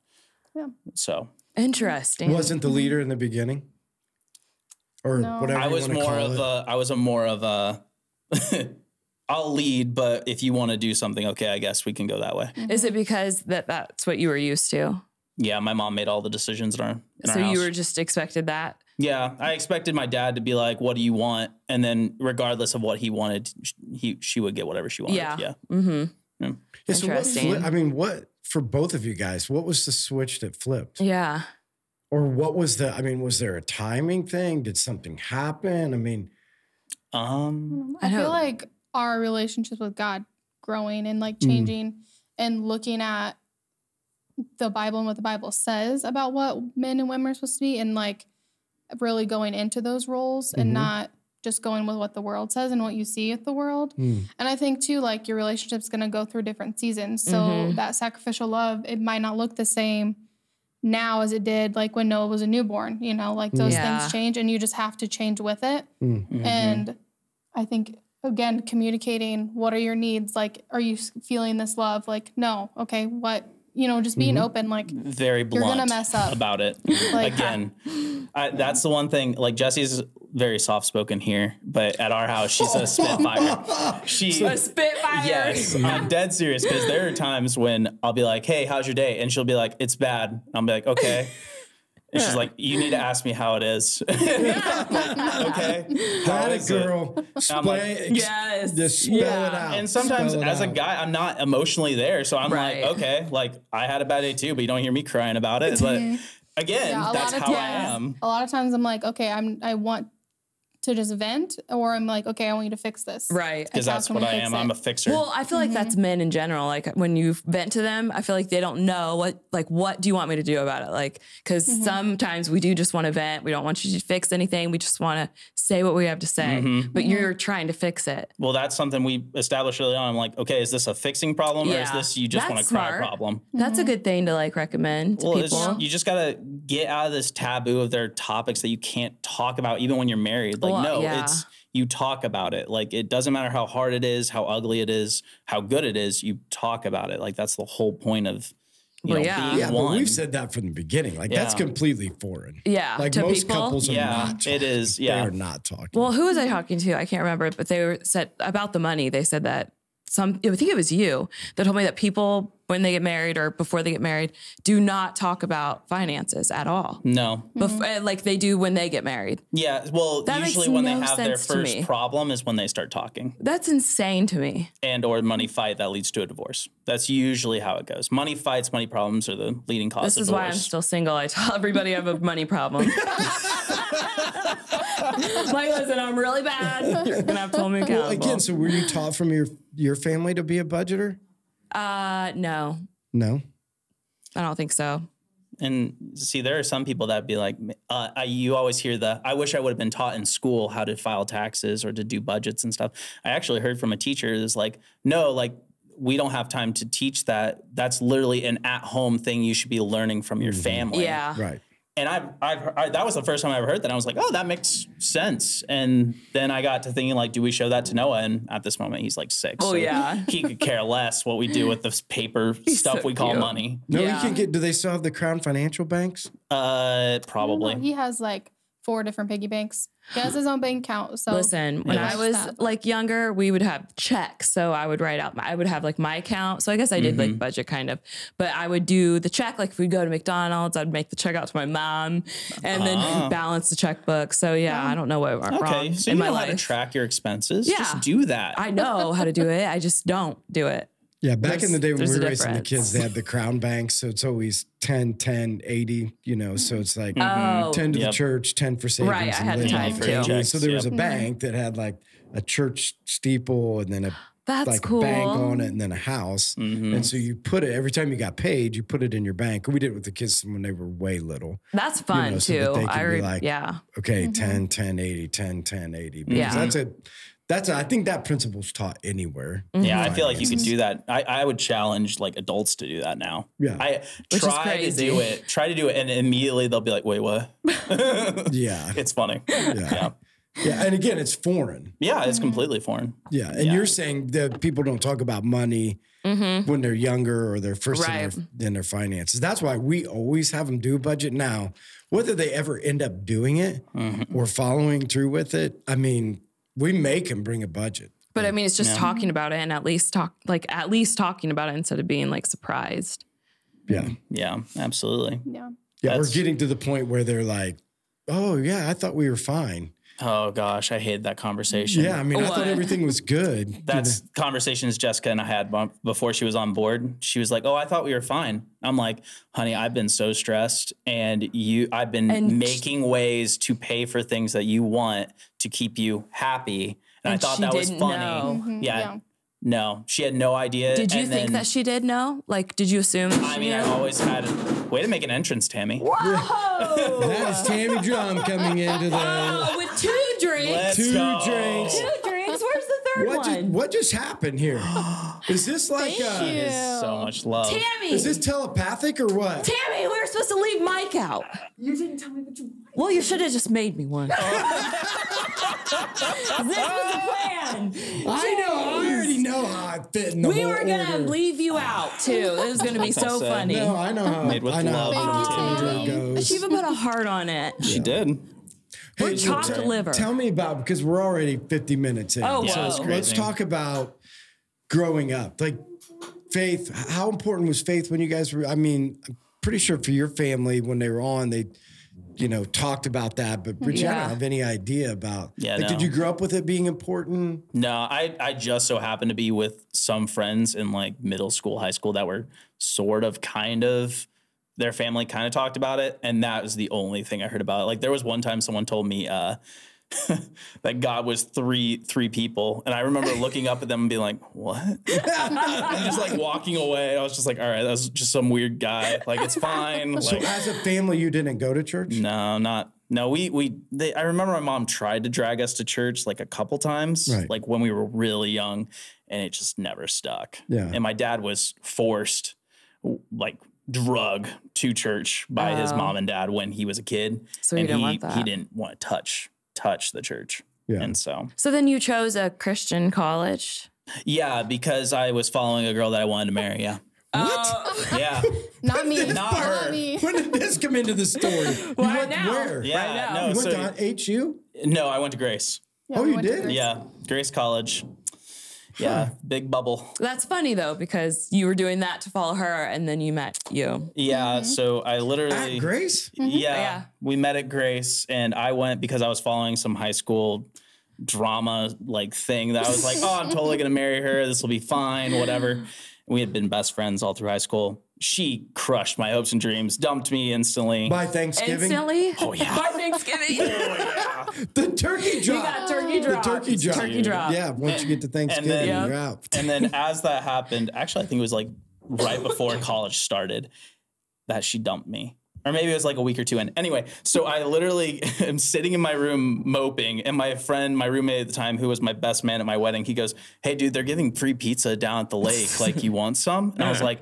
S4: Yeah.
S3: so
S2: Mm-hmm.
S1: Interesting.
S2: Wasn't the leader in the beginning, or
S4: No.
S2: whatever.
S3: I
S2: you
S3: was
S2: wanna
S3: more
S2: call
S3: of
S2: it.
S3: a I was a more of a I'll lead, but if you want to do something, okay, I guess we can go that way.
S4: mm-hmm.
S1: Is it because that that's what you were used to? Yeah.
S3: Yeah, my mom made all the decisions in our. In
S1: So
S3: our
S1: you
S3: house.
S1: were just expected that.
S3: Yeah, I expected my dad to be like, "What do you want?" And then, regardless of what he wanted, sh- he she would get whatever she wanted.
S1: Yeah.
S3: yeah.
S1: hmm
S2: Yeah, so what
S1: Interesting.
S2: fli- I mean, what for both of you guys? What was the switch that flipped,
S1: Yeah.
S2: or what was the? I mean, was there a timing thing? Did something happen? I mean,
S3: Um.
S4: I,
S1: I know.
S4: feel like our relationship with God growing and like changing and looking at the Bible and what the Bible says about what men and women are supposed to be and like really going into those roles
S2: Mhm.
S4: and not just going with what the world says and what you see at the world.
S2: mm,
S4: And I think too, like your relationship's gonna go through different seasons. So
S1: Mhm.
S4: that sacrificial love, it might not look the same now as it did like when Noah was a newborn, you know, like those
S1: Mm-hmm. Yeah.
S4: things change and you just have to change with it.
S2: mm,
S3: mhm.
S4: And I think again, communicating what are your needs? Like, are you s- feeling this love? Like, no, okay, what? You know, just being
S2: Mhm.
S4: open. Like,
S3: very
S4: You're
S3: blunt
S4: gonna mess up.
S3: about it.
S4: Like-
S3: Again, I, that's the one thing. Like Jesse's very soft spoken here, but at our house, she's a spitfire. She
S1: A spitfire.
S3: Yes, I'm dead serious because there are times when I'll be like, "Hey, how's your day?" and she'll be like, "It's bad." And I'll be like, "Okay." And she's like, "You need to ask me how it is." okay. How
S2: that a
S3: is it?
S2: girl.
S3: I'm like,
S2: Splay, ex-
S1: Yes.
S2: Just spell it
S4: Oh,
S2: out.
S3: And sometimes
S2: Spell it
S3: as a
S2: out.
S3: guy, I'm not emotionally there, so I'm
S1: Right.
S3: like, "Okay, like I had a bad day too, but you don't hear me crying about it." But again,
S4: Yeah, a
S3: that's
S4: lot of
S3: how I
S4: times.
S3: am.
S4: a lot of times I'm like, okay, I'm I want to just vent, or I'm like, okay, I want you to fix this.
S1: Right.
S3: Because
S4: How
S3: that's
S4: can
S3: what
S4: we
S3: I
S4: fix
S3: am.
S4: it?
S3: I'm a fixer.
S1: Well, I feel like that's men in general. Like when you vent to them, I feel like they don't know what, like, what do you want me to do about it? Like, because sometimes we do just want to vent. We don't want you to fix anything. We just want to say what we have to say. But you're trying to fix it.
S3: well, that's something we established early on. I'm like, okay, is this a fixing problem or is
S1: Yeah.
S3: this you just want to
S1: That's
S3: cry
S1: smart.
S3: problem?
S1: That's a good thing to like recommend to
S3: Well, it's,
S1: people.
S3: you just gotta get out of this taboo of their topics that you can't talk about, even when you're married. Like,
S1: Well,
S3: no,
S1: yeah.
S3: it's you talk about it. Like, it doesn't matter how hard it is, how ugly it is, how good it is. You talk about it. Like, that's the whole point of you
S1: Well,
S3: know
S1: yeah.
S3: being
S2: Yeah, but
S3: one.
S2: we've said that from the beginning. Like that's
S3: Yeah.
S2: completely foreign.
S1: Yeah,
S2: like
S1: to
S2: most
S1: people.
S2: couples are
S3: yeah,
S2: not. Talking.
S3: it is.
S2: They
S3: Yeah,
S2: are not talking.
S1: Well, who was I talking to? I can't remember, but they were said about the money. They said that some, I think it was you that told me that people, when they get married or before they get married, do not talk about finances at all.
S3: no.
S1: Bef- uh, like they do when they get married.
S3: Yeah. Well,
S1: That makes
S3: usually when they
S1: no
S3: have their
S1: sense to
S3: first
S1: me.
S3: problem is when they start talking
S1: That's insane to me.
S3: and or money fight that leads to a divorce. That's usually how it goes. Money fights, money problems are the leading cause
S1: This
S3: of
S1: is why I'm
S3: divorce.
S1: still single. I tell everybody I have a money problem. like, listen, I'm really bad. You're gonna have to hold me accountable.
S2: Again, so were you taught from your your family to be a budgeter?
S1: uh, no,
S2: No.
S1: I don't think so.
S3: And see, there are some people that be like, uh, I, you always hear the, I wish I would have been taught in school how to file taxes or to do budgets and stuff. I actually heard from a teacher that's like, no, like, we don't have time to teach that. That's literally an at home thing you should be learning from your family.
S1: Yeah.
S2: Right.
S3: And I've, I've heard, I, that was the first time I ever heard that. I was like, oh, that makes sense. And then I got to thinking, like, do we show that to Noah? And at this moment, he's like six.
S1: Oh, yeah.
S3: He could care less what we do with this paper stuff
S1: so
S3: we call
S1: cute.
S3: money.
S2: No,
S1: Yeah.
S2: you can get. Do they still have the Crown Financial Banks?
S3: Uh, probably.
S4: He has like four different piggy banks. He has his own bank account. So
S1: Listen, when
S3: Yes.
S1: I was
S4: Stop.
S1: like younger, we would have checks. So I would write out, my, I would have like my account. So I guess I did
S2: Mm-hmm.
S1: like budget kind of, but I would do the check. Like if we go to McDonald's, I'd make the check out to my mom and
S3: Ah.
S1: then balance the checkbook. So yeah, I don't know what went
S3: Okay,
S1: wrong
S3: so
S1: in
S3: you
S1: my
S3: know how to
S1: life.
S3: track your expenses.
S1: Yeah.
S3: Just do that.
S1: I know how to do it. I just don't do it.
S2: Yeah, back
S1: There's-
S2: in the day when
S1: there's
S2: we
S1: a
S2: were raising the
S1: difference.
S2: kids, they had the Crown Banks. So it's always 10, 10, 80, you know. So it's like
S1: Oh,
S2: 10 to
S3: Yep.
S2: the church, 10 for savings.
S1: Right, I
S2: and
S1: had
S2: then
S1: time,
S2: for
S1: too. Mm-hmm.
S2: savings. So there was a
S3: Yep.
S2: bank that had like a church steeple and then a
S1: That's
S2: like
S1: cool.
S2: bank on it and then a house.
S3: Mhm.
S2: And so you put it every time you got paid, you put it in your bank. We did it with the kids when they were way little.
S1: That's fun
S2: know, so
S1: too.
S2: that they
S1: I
S2: can be
S1: re-
S2: like-
S1: yeah.
S2: Okay, 10, 10, 80, 10, 10, 80. Because
S1: Mm-hmm. Yeah.
S2: that's a that's a, I think that principle's taught anywhere.
S1: Mm-hmm.
S3: Yeah, I feel like you could
S2: Finances.
S3: do that. I, I would challenge like adults to do that now.
S2: Yeah.
S3: I
S1: Which is
S3: try to
S1: crazy.
S3: do it, try to do it, and immediately they'll be like, "Wait, what?"
S2: yeah.
S3: It's funny.
S2: Yeah.
S3: Yeah,
S2: Yeah. And again, it's foreign.
S3: yeah,
S1: Mm-hmm.
S3: it's completely foreign.
S2: Yeah. And
S3: Yeah.
S2: you're saying that people don't talk about money when they're younger or they're first in,
S1: Right.
S2: their, in their finances. That's why we always have them do a budget now. Whether they ever end up doing it or following through with it, I mean, we make them bring a budget.
S1: But I mean, it's just talking about it and at least talk like at least talking about it instead of being like surprised.
S2: Yeah.
S3: Yeah, absolutely.
S4: Yeah.
S2: Yeah. We're
S3: That's-
S2: getting to the point where they're like, oh, yeah, I thought we were fine.
S3: Oh gosh, I hated that conversation.
S2: Yeah. I mean, I
S1: What?
S2: thought everything was good.
S3: That's conversations Jessica and I had bu- before she was on board. She was like, "Oh, I thought we were fine." I'm like, "Honey, I've been so stressed, and you, I've been
S1: And-
S3: making ways to pay for things that you want to keep you happy." And, I
S1: And
S3: thought
S1: she
S3: that was
S1: didn't
S3: funny.
S1: know.
S4: Mhm,
S3: Mm-hmm. Yeah,
S4: yeah.
S3: no, she had no idea.
S1: Did you
S3: and
S1: think
S3: then-
S1: that she did know? Like, did you assume? That
S3: I
S1: she
S3: mean,
S1: knew?
S3: I've always had a way to make an entrance, Tammy.
S1: Whoa!
S2: That is Tammy Drum coming into the
S1: Oh, with two drinks.
S3: Let's
S2: two
S3: go.
S2: drinks.
S1: Two drinks. Where's the third
S2: What just,
S1: one?
S2: what just happened here? Is this like
S4: Thank
S2: uh,
S4: you.
S3: It's so much love.
S1: Tammy.
S2: is this telepathic or what?
S1: Tammy, we were supposed to leave Mike out. You didn't tell me what you wanted. Well, you should have just made me one. this was the plan.
S2: I know. I already know how I fit in the
S1: We
S2: whole
S1: were gonna
S2: order.
S1: leave you out too. It was gonna be so
S3: said.
S1: funny.
S2: No, I know how.
S3: Made with
S2: I know
S3: love
S2: how
S4: from
S2: Tammy Drum
S4: Tammy.
S2: goes.
S1: She even put a heart on it.
S3: She did.
S2: Hey,
S1: Or chopped
S2: so
S1: liver.
S2: Tell me about because we're already 50 minutes in.
S1: Oh,
S3: Yeah,
S1: whoa.
S3: it was great.
S2: let's
S3: Amazing.
S2: talk about growing up. Like faith, h- how important was faith when you guys were? I mean, I'm pretty sure for your family when they were on, they you know talked about that, but Bridget, I
S1: Yeah.
S2: don't have any idea about.
S3: Yeah,
S2: like,
S3: no.
S2: did you grow up with it being important?
S3: No, I, I just so happened to be with some friends in like middle school, high school that were sort of kind of their family kind of talked about it. And that was the only thing I heard about it. Like there was one time someone told me uh that God was three three people. And I remember looking up at them and being like, What? and just like walking away. I was just like, all right, that was just some weird guy. Like it's fine.
S2: So
S3: Like
S2: as a family, you didn't go to church.
S3: no, not no. We we they, I remember my mom tried to drag us to church like a couple times,
S2: Right.
S3: like when we were really young, and it just never stuck.
S2: Yeah.
S3: and my dad was forced, w- like drug to church by his
S1: Oh.
S3: mom and dad when he was a kid.
S1: So he
S3: and
S1: didn't
S3: he,
S1: want that.
S3: he didn't want to touch touch the church.
S2: Yeah.
S3: And so
S1: So then you chose a Christian college.
S3: yeah, because I was following a girl that I wanted to marry. Yeah,
S2: Oh,
S1: What?
S3: yeah,
S4: Not me.
S3: Not her.
S4: me.
S2: When did this come into the story?
S1: Why
S2: you went
S1: now?
S2: where?
S3: yeah.
S1: now.
S3: no,
S2: You went
S3: so-
S2: to HU?
S3: no, I went to Grace.
S4: Yeah,
S2: Oh,
S4: we
S2: you
S4: went to
S2: did?
S4: Grace.
S3: Yeah, Grace College. Yeah, big bubble.
S1: That's funny though because you were doing that to follow her, and then you met you.
S3: Yeah, so I literally
S2: At Grace?
S3: Yeah,
S1: Yeah.
S3: we met at Grace, and I went because I was following some high school drama like thing that I was like, oh, I'm totally gonna marry her. This will be fine, whatever. We had been best friends all through high school. She crushed my hopes and dreams, dumped me instantly.
S2: By Thanksgiving?
S1: Instantly.
S3: Oh, yeah. Oh,
S1: By Thanksgiving.
S2: The turkey drop.
S1: got turkey
S2: The
S1: drop.
S2: turkey drop.
S1: Turkey drop.
S2: Yeah, once you get to Thanksgiving,
S3: then-
S2: you're out.
S3: And then as that happened, actually, I think it was like right before college started that she dumped me. Or maybe it was like a week or two in. Anyway, so I literally am sitting in my room moping, and my friend, my roommate at the time, who was my best man at my wedding, he goes, Hey, dude, they're giving free pizza down at the lake. Like, you want some? And I
S1: Uh-huh.
S3: was like,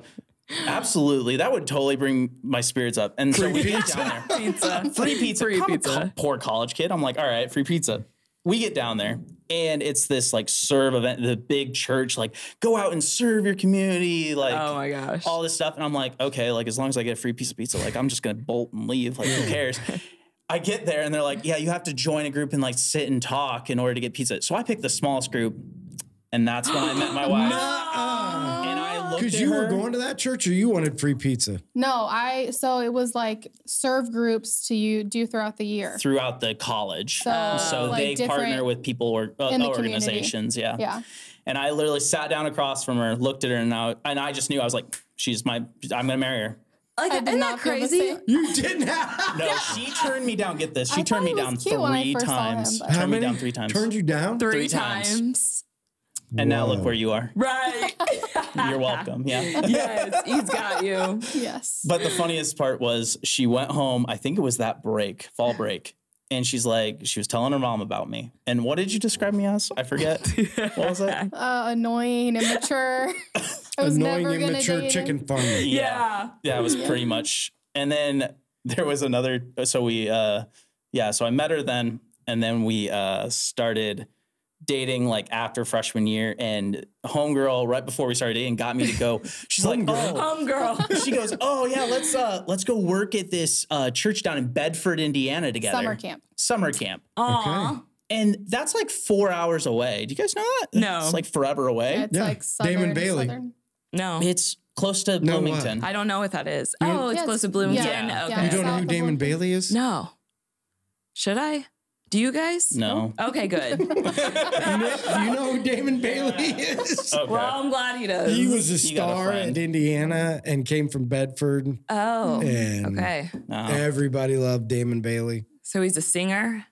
S3: Absolutely. That would totally bring my spirits up. And so we get down there
S1: pizza.
S3: free pizza.
S1: Free
S3: I'm a
S1: pizza.
S3: co- poor college kid. I'm like, all right, free pizza. We get down there and it's this like serve event, the big church, like go out and serve your community, like
S1: Oh my gosh.
S3: all this stuff. And I'm like, okay, like as long as I get a free piece of pizza, like I'm just gonna bolt and leave. Like who cares? I get there and they're like, yeah, you have to join a group and like sit and talk in order to get pizza. So I picked the smallest group, and that's when I met my wife. And I looked
S2: Because
S3: at
S2: you
S3: her.
S2: were going to that church or you wanted free pizza?
S4: No, I so it was like serve groups to you do throughout the year.
S3: throughout the college.
S4: So,
S3: So,
S4: like,
S3: they
S4: different-
S3: partner with people or uh,
S4: In the community.
S3: organizations. Yeah.
S4: Yeah.
S3: And I literally sat down across from her, looked at her, and I, and I just knew I was like, she's my, I'm gonna marry her.
S1: Like,
S4: I did
S1: isn't that
S4: not feel the
S1: crazy?
S4: same.
S2: You didn't have.
S3: No, she turned me down. Get this,
S4: I
S3: she
S4: thought
S3: turned me
S4: he was
S3: down
S4: cute when I
S3: three
S4: first saw him,
S3: times.
S4: but-
S3: turned me down three times.
S2: Turned you down?
S1: Three,
S3: times.
S1: times.
S3: And now look
S2: Whoa.
S3: where you are.
S1: Right.
S3: You're welcome. Yeah.
S1: yes, he's got you.
S4: Yes.
S3: But the funniest part was she went home, I think it was that break, fall break. And she's like, she was telling her mom about me. And what did you describe me as? I forget. What was that?
S4: uh, annoying, immature. I was
S2: Annoying,
S4: never gonna
S2: immature
S4: date
S2: chicken
S4: him.
S2: farmer.
S1: Yeah.
S3: Yeah, it was
S4: Mm-hmm.
S3: pretty much. And then there was another. So we, uh, yeah, so I met her then, and then we uh, started dating like after freshman year. And homegirl, right before we started dating, got me to go. She's like, oh.
S1: Home girl.
S3: She goes, oh yeah, let's uh let's go work at this uh church down in Bedford, Indiana together.
S4: Summer camp.
S3: Summer camp.
S1: Aw.
S3: And that's like four hours away. Do you guys know that?
S1: No.
S3: It's like forever away.
S4: Yeah, it's
S2: Yeah.
S4: like southern.
S2: Damon Bailey.
S4: Southern.
S1: No.
S3: It's close to
S2: No, what?
S3: Bloomington.
S1: I don't know what that is. Oh, it's
S4: Yeah,
S1: close to
S4: it's-
S1: Bloomington.
S3: yeah,
S1: Okay.
S4: yeah.
S2: You don't know
S4: South
S2: who
S4: of
S2: Damon
S4: Lincoln.
S2: Bailey is?
S1: No. Should I? Do you guys?
S3: no.
S1: Okay, good.
S2: You know, you know who Damon Bailey is?
S3: Oh, Okay.
S1: Well, I'm glad he does.
S2: He was a
S3: You got a
S2: star at
S3: friend.
S2: Indiana and came from Bedford,
S1: oh.
S2: and
S1: Okay.
S3: No.
S2: everybody loved Damon Bailey.
S1: So he's a singer?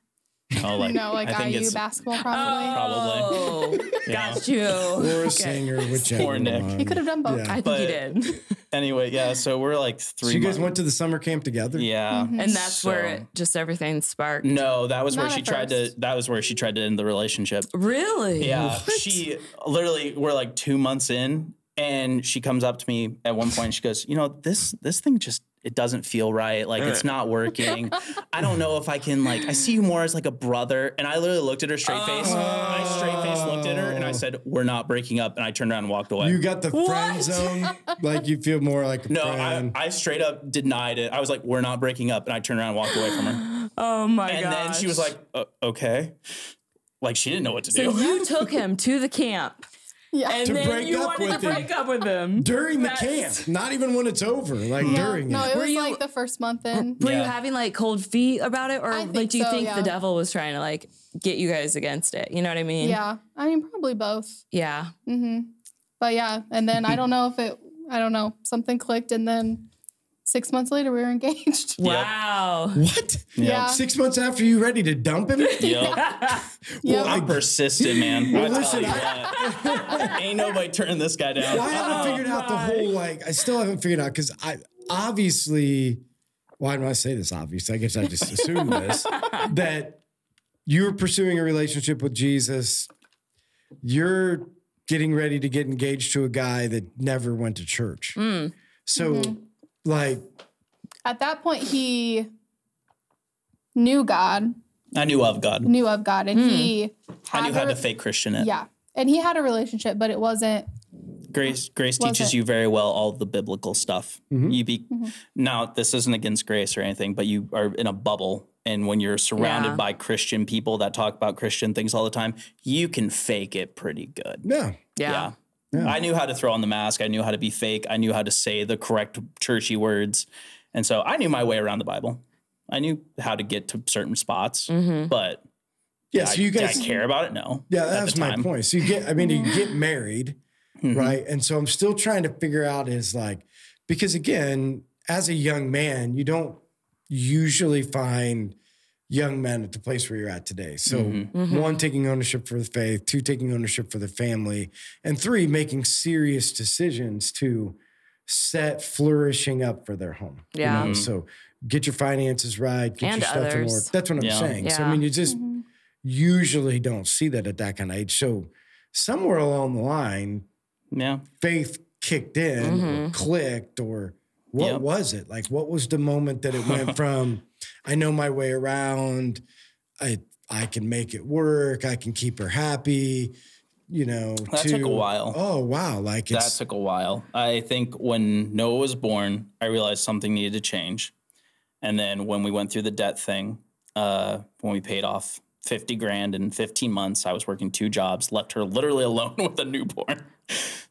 S3: Oh,
S4: no, like
S3: I think
S4: IU
S3: it's
S4: basketball probably.
S1: Oh,
S3: yeah.
S1: got you.
S2: Or a
S1: Okay.
S2: singer, whichever.
S3: Or Nick.
S2: one.
S4: He could have done both.
S1: I think
S3: But-
S1: he did.
S3: Anyway, yeah. So we're like three.
S2: So you guys
S3: months-
S2: went to the summer camp together?
S3: Yeah.
S1: And that's where
S3: So-
S1: it, just everything sparked.
S3: No, that was where
S4: Mm-hmm. Not
S3: she
S4: at
S3: tried to.
S4: first.
S3: That was where she tried to end the relationship.
S1: Really?
S3: Yeah. She literally. We're like two months in, and she comes up to me at one point. She goes, "You know this this thing just." It doesn't feel right. Like it's not working. I don't know if I can like. I see you more as like a brother. And I literally looked at her straight face. I straight face looked at her and I said, "We're not breaking up." And I turned around and walked away.
S2: You got the friend zone, like you feel more like a
S3: No, I,
S2: friend.
S3: I straight up denied it. I was like, we're not breaking up. And I turned around and walked away from her.
S1: Oh my
S3: And
S1: god.
S3: then she was like, uh, okay. Like, she didn't know what to
S1: So
S3: do.
S1: you took him to the camp.
S4: Yeah.
S1: And
S2: To
S1: then
S2: break
S1: you
S2: up
S1: wanted to
S2: with him.
S1: break up with him.
S2: during the
S1: That's-
S2: camp, not even when it's over, like during
S4: No,
S2: it.
S4: it
S1: Were
S4: was
S1: you-
S4: like the first month in.
S1: Were you
S3: Yeah.
S1: having like cold feet about it? Or
S4: I
S1: like
S4: think
S1: do you
S4: so,
S1: think the
S4: yeah.
S1: devil was trying to like get you guys against it? You know what I mean?
S4: Yeah. I mean, probably both.
S1: Yeah.
S4: hmm But yeah. And then I don't know if it, I don't know, something clicked. And then six months later, we were engaged.
S3: Yep.
S1: Wow.
S2: What?
S4: Yeah.
S2: Six months after you ready to dump him?
S3: Yep.
S4: Yeah.
S3: I'm persistent, man. I tell
S2: listen,
S3: you what. Ain't nobody turning this guy down.
S2: Well, I haven't
S4: Oh
S2: figured out the whole like. I still haven't figured out because I obviously. Why do I say this? Obviously, I guess I just assumed this that you were pursuing a relationship with Jesus. You're getting ready to get engaged to a guy that never went to church.
S4: Mm.
S2: So,
S4: Mm-hmm.
S2: like,
S4: At that point, he knew God,
S3: I knew of God.
S4: knew of God, and he had
S3: I knew how
S4: a-
S3: to fake Christian it.
S4: Yeah. And he had a relationship, but it wasn't
S3: Grace Grace
S4: Was
S3: teaches
S4: it?
S3: you very well all the biblical stuff. You be
S1: Mm-hmm.
S3: now this isn't against grace or anything, but you are in a bubble. And when you're surrounded
S1: Yeah.
S3: by Christian people that talk about Christian things all the time, you can fake it pretty good.
S2: no,
S1: Yeah.
S3: I knew how to throw on the mask. I knew how to be fake. I knew how to say the correct churchy words. And so I knew my way around the Bible. I knew how to get to certain spots,
S1: Mm-hmm.
S3: but
S2: yeah.
S3: I,
S2: So you
S3: did
S2: guys,
S3: I care about it? No.
S2: yeah,
S3: at
S2: that's
S3: the
S2: my
S3: time. Mm-hmm.
S2: point. So you get, I mean, you get married, right? And so I'm still trying to figure out is like, because again, as a young man, you don't usually find young men at the place where you're at today. So
S3: Mm-hmm.
S1: mm-hmm.
S2: one, taking ownership for the faith, two, taking ownership for the family, and three, making serious decisions to set flourishing up for their home. you
S1: Yeah.
S3: Mm-hmm.
S2: know? So get your finances right, get
S1: And
S2: your stuff in
S1: others.
S2: order. That's what I'm
S3: Yeah.
S2: saying. So I
S1: Yeah. Mm-hmm.
S2: mean, you just
S4: mm-hmm.
S2: usually don't see that at that kind of age. So somewhere along the line,
S3: Yeah.
S2: faith kicked in or clicked or what
S3: Mm-hmm. Yep.
S2: was it like what was the moment that it went from i know my way around i i can make it work i can keep her happy you know
S3: That
S2: to,
S3: took a while.
S2: oh wow like
S3: That
S2: it's
S3: took a while. I think when Noah was born, I realized something needed to change. And then when we went through the debt thing, uh, when we paid off 50 grand in 15 months, I was working two jobs, left her literally alone with a newborn.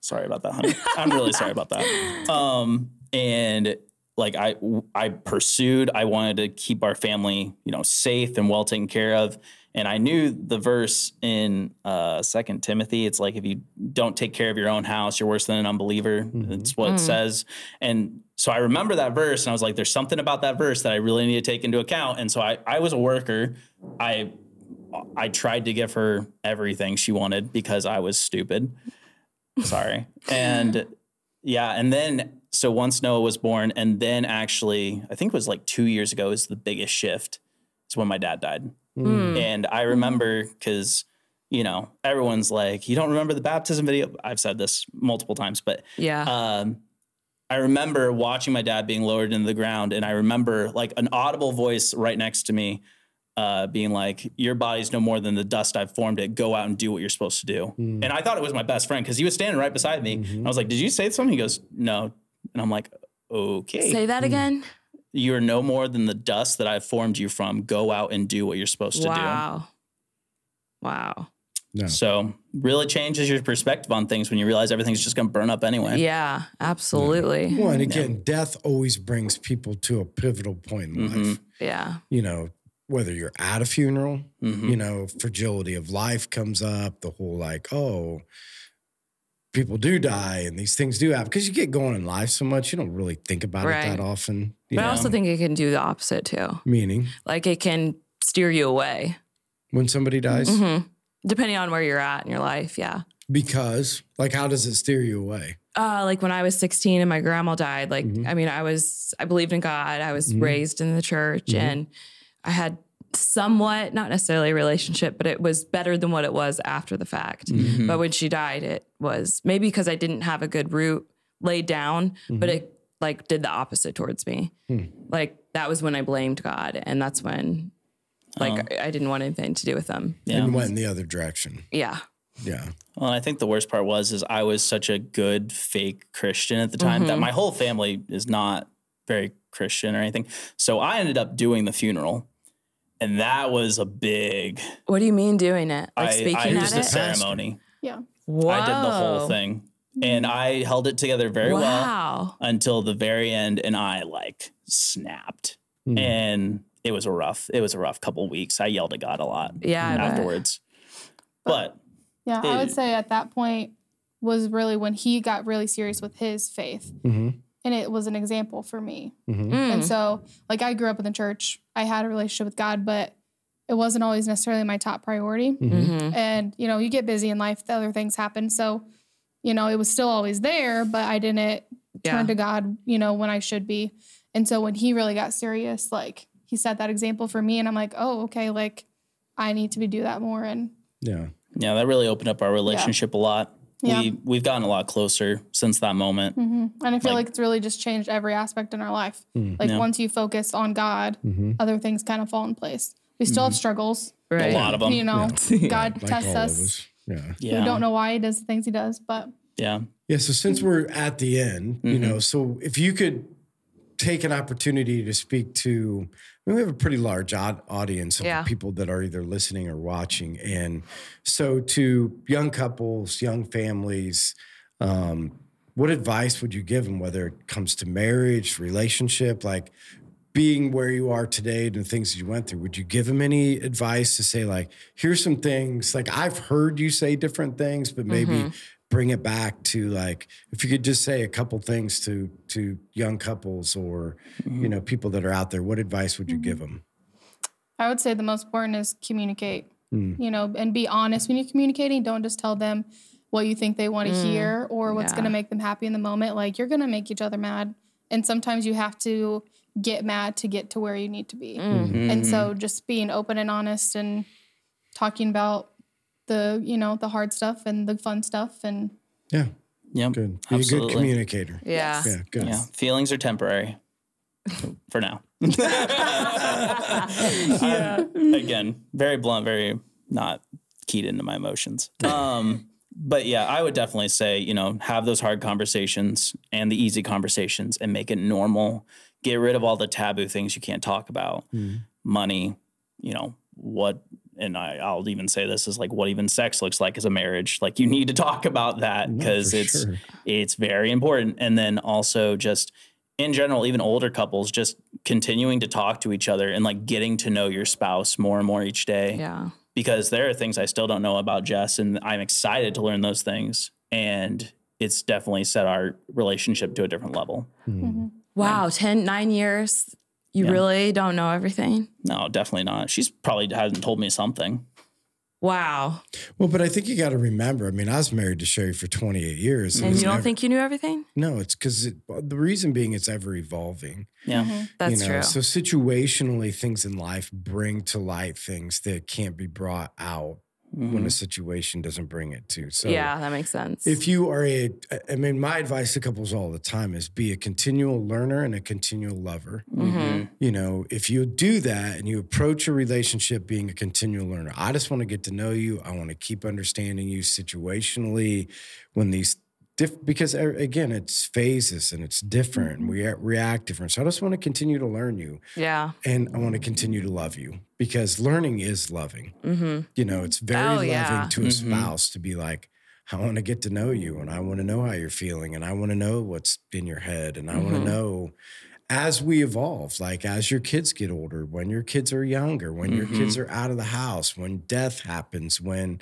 S3: sorry about that, honey. I'm really sorry about that. Um, and like I, I pursued, I wanted to keep our family, you know, safe and well taken care of. And I knew the verse in uh, Second Timothy. It's like if you don't take care of your own house, you're worse than an unbeliever. It's what it says. And so I remember that verse, and I was like, "There's something about that verse that I really need to take into account." And so I, I was a worker. I I tried to give her everything she wanted because I was stupid. Sorry. and yeah, and then so once Noah was born, and then actually, I think it was like two years ago is the biggest shift. It's when my dad died.
S1: Mm.
S3: And I remember because, you know, everyone's like, you don't remember the baptism video. I've said this multiple times, but
S1: Yeah.
S3: um, I remember watching my dad being lowered into the ground, and I remember like an audible voice right next to me uh, being like, "Your body's no more than the dust I've formed it. Go out and do what you're supposed to do."
S2: Mm.
S3: And I thought it was my best friend because he was standing right beside me.
S2: Mhm.
S3: I was like, "Did you say something?" He goes, "No," and I'm like, "Okay,
S1: Say that again.
S3: you're no more than the dust that I've formed you from. Go out and do what you're supposed to do."
S1: Wow. Wow.
S2: No.
S3: So really changes your perspective on things when you realize everything's just gonna burn up anyway.
S1: Yeah,
S3: Mm-hmm.
S1: absolutely.
S2: Well, and again, death always brings people to a pivotal point in
S3: Mhm.
S2: life.
S1: Yeah.
S2: You know, whether you're at a funeral,
S3: Mhm.
S2: you know, fragility of life comes up, the whole like, oh, people do die and these things do happen because you get going in life so much, you don't really think about
S1: Right.
S2: it that often.
S1: But
S2: You
S1: I
S2: know?
S1: also think it can do the opposite too.
S2: Meaning
S1: Like it can steer you away,
S2: when somebody dies,
S1: hmm depending on where you're at in your life. Yeah.
S2: because like, how does it steer you away?
S1: Uh, like when I was 16 and my grandma died, like,
S3: Mm-hmm.
S2: Mhm.
S1: I mean, I was, I believed in God. I was
S2: Mhm.
S1: raised in the church
S3: Mm-hmm.
S2: Mhm.
S1: and I had somewhat, not necessarily a relationship, but it was better than what it was after the fact.
S3: Mhm.
S1: But when she died, it was maybe because I didn't have a good root laid down,
S3: Mm-hmm.
S1: but it like did the opposite towards me.
S2: Hmm.
S1: Like that was when I blamed God, and that's when like I, I didn't want anything to do with them.
S3: Oh. Yeah.
S2: And went in the other direction.
S1: Yeah,
S2: Yeah.
S3: Well, and I think the worst part was is I was such a good fake Christian at the time that
S1: Mhm.
S3: my whole family is not very Christian or anything. So I ended up doing the funeral. And that was a big
S1: what do you mean doing it? Like
S3: I,
S1: speaking
S3: I
S1: at
S3: used the
S1: it.
S3: ceremony.
S1: Whoa. Mm.
S3: I did the whole thing. And I held it together very well
S1: wow.
S3: until the very end and I like snapped.
S1: Hmm.
S2: Mm.
S3: And it was a rough, it was a rough couple weeks. I yelled at God a lot
S1: Yeah. I bet.
S3: afterwards. But
S4: Yeah, I would
S3: It-
S4: say at that point was really when he got really serious with his faith.
S2: Mhm.
S4: And it was an example for me.
S2: Mhm.
S1: Mm.
S4: And so, like, I grew up in the church, I had a relationship with God, but it wasn't always necessarily my top priority.
S3: Mm-hmm.
S2: Mhm.
S1: Mhm.
S4: And, you know, you get busy in life, the other things happen. So, you know, it was still always there, but I didn't
S1: Yeah.
S4: turn to God, you know, when I should be. And so when he really got serious, like, he set that example for me. And I'm like, oh, okay, like, I need to be do that more. And
S2: Yeah.
S3: Yeah, that really opened up our relationship a lot.
S4: Yeah.
S3: We we've gotten a lot closer since that moment.
S4: Mhm.
S2: Mm-hmm.
S4: And I
S3: Like-
S4: feel
S3: Hmm.
S4: like, it's really just changed every aspect in our life.
S2: Mm.
S4: Like
S3: Yeah.
S4: once you focus on God,
S2: Mhm.
S4: other things kind of fall in place. We still
S3: Mm-hmm.
S4: have struggles,
S1: Right.
S3: A lot of them.
S4: you know. God
S2: Like
S4: tests
S2: all of
S4: us.
S2: us. Yeah.
S3: yeah.
S4: We don't know why he does the things he does, but
S3: Yeah.
S2: Yeah. So since we're at the end, you know, so if you could take an opportunity to speak to, I mean, we have a pretty large od- audience of
S1: Yeah.
S2: people that are either listening or watching. And so to young couples, young families, um, what advice would you give them, whether it comes to marriage, relationship, like being where you are today and the things you went through, would you give them any advice to say, like, here's some things, like, I've heard you say different things, but maybe
S1: Mm-hmm.
S2: bring it back to like, if you could just say a couple things to to young couples or
S1: Mm-hmm.
S2: you know people that are out there, what advice would you give them?
S4: I would say the most important is communicate,
S2: Mm.
S4: you know, and be honest when you're communicating. Don't just tell them what you think they
S3: Mm.
S4: want to hear or what's going
S1: yeah.
S4: to make them happy in the moment. Like you're going to make each other mad. And sometimes you have to get mad to get to where you need to be.
S3: Mm.
S2: Mm-hmm.
S4: And so
S3: Mm-hmm.
S4: just being open and honest and talking about the, you know, the hard stuff and the fun stuff and
S2: Yeah,
S3: Yeah.
S2: good. Be a
S3: Absolutely.
S2: good communicator.
S1: Yeah.
S2: Yeah, good.
S3: Yeah. Feelings are temporary. For now. I'm, again, very blunt, very not keyed into my emotions. Um, but yeah, I would definitely say, you know, have those hard conversations and the easy conversations and make it normal. Get rid of all the taboo things you can't talk about.
S2: Mm-hmm.
S3: Money, you know, what and I, I'll even say this is like what even sex looks like as a marriage. Like you need to talk about
S1: Uh,
S3: that
S2: No,
S3: because
S2: for
S3: it's
S2: sure.
S3: it's very important. And then also just in general, even older couples, just continuing to talk to each other and like getting to know your spouse more and more each day.
S1: Yeah.
S3: Because there are things I still don't know about Jess, and I'm excited to learn those things. And it's definitely set our relationship to a different level.
S2: Mm-hmm.
S1: Mm-hmm.
S2: Mm.
S4: Mhm.
S1: Wow. Ten, nine years. You
S3: Yeah.
S1: really don't know everything.
S3: No, definitely not. She's probably hasn't told me something.
S1: Wow.
S2: Well, but I think you got to remember. I mean, I was married to Sherry for 28 years. It
S1: And
S2: was
S1: you don't
S2: never-
S1: think you knew everything?
S2: No, it's because it, the reason being it's ever evolving.
S3: Yeah.
S1: That's
S2: you know?
S1: true.
S2: So situationally, things in life bring to light things that can't be brought out
S3: Mm-hmm.
S2: when a situation doesn't bring it to. So
S1: Mm-hmm. yeah, that makes sense.
S2: If you are a, I mean, my advice to couples all the time is be a continual learner and a continual lover.
S1: Mhm.
S2: You know, if you do that and you approach a relationship being a continual learner, I just want to get to know you. I want to keep understanding you situationally when these, diff- because uh, again, it's phases and it's different.
S1: Mm-hmm.
S2: and We a- react different. So I just want to continue to learn you
S1: yeah.
S2: and I want to continue to love you because learning is loving.
S1: Mm-hmm.
S2: You know, it's very
S1: Oh,
S2: loving
S1: yeah.
S2: to a
S3: Mhm.
S2: spouse to be like, I want to get to know you and I want to know how you're feeling and I want to know what's in your head and I want to
S1: Mhm.
S2: know as we evolve, like as your kids get older, when your kids are younger, when your kids are out of the house, when death happens, when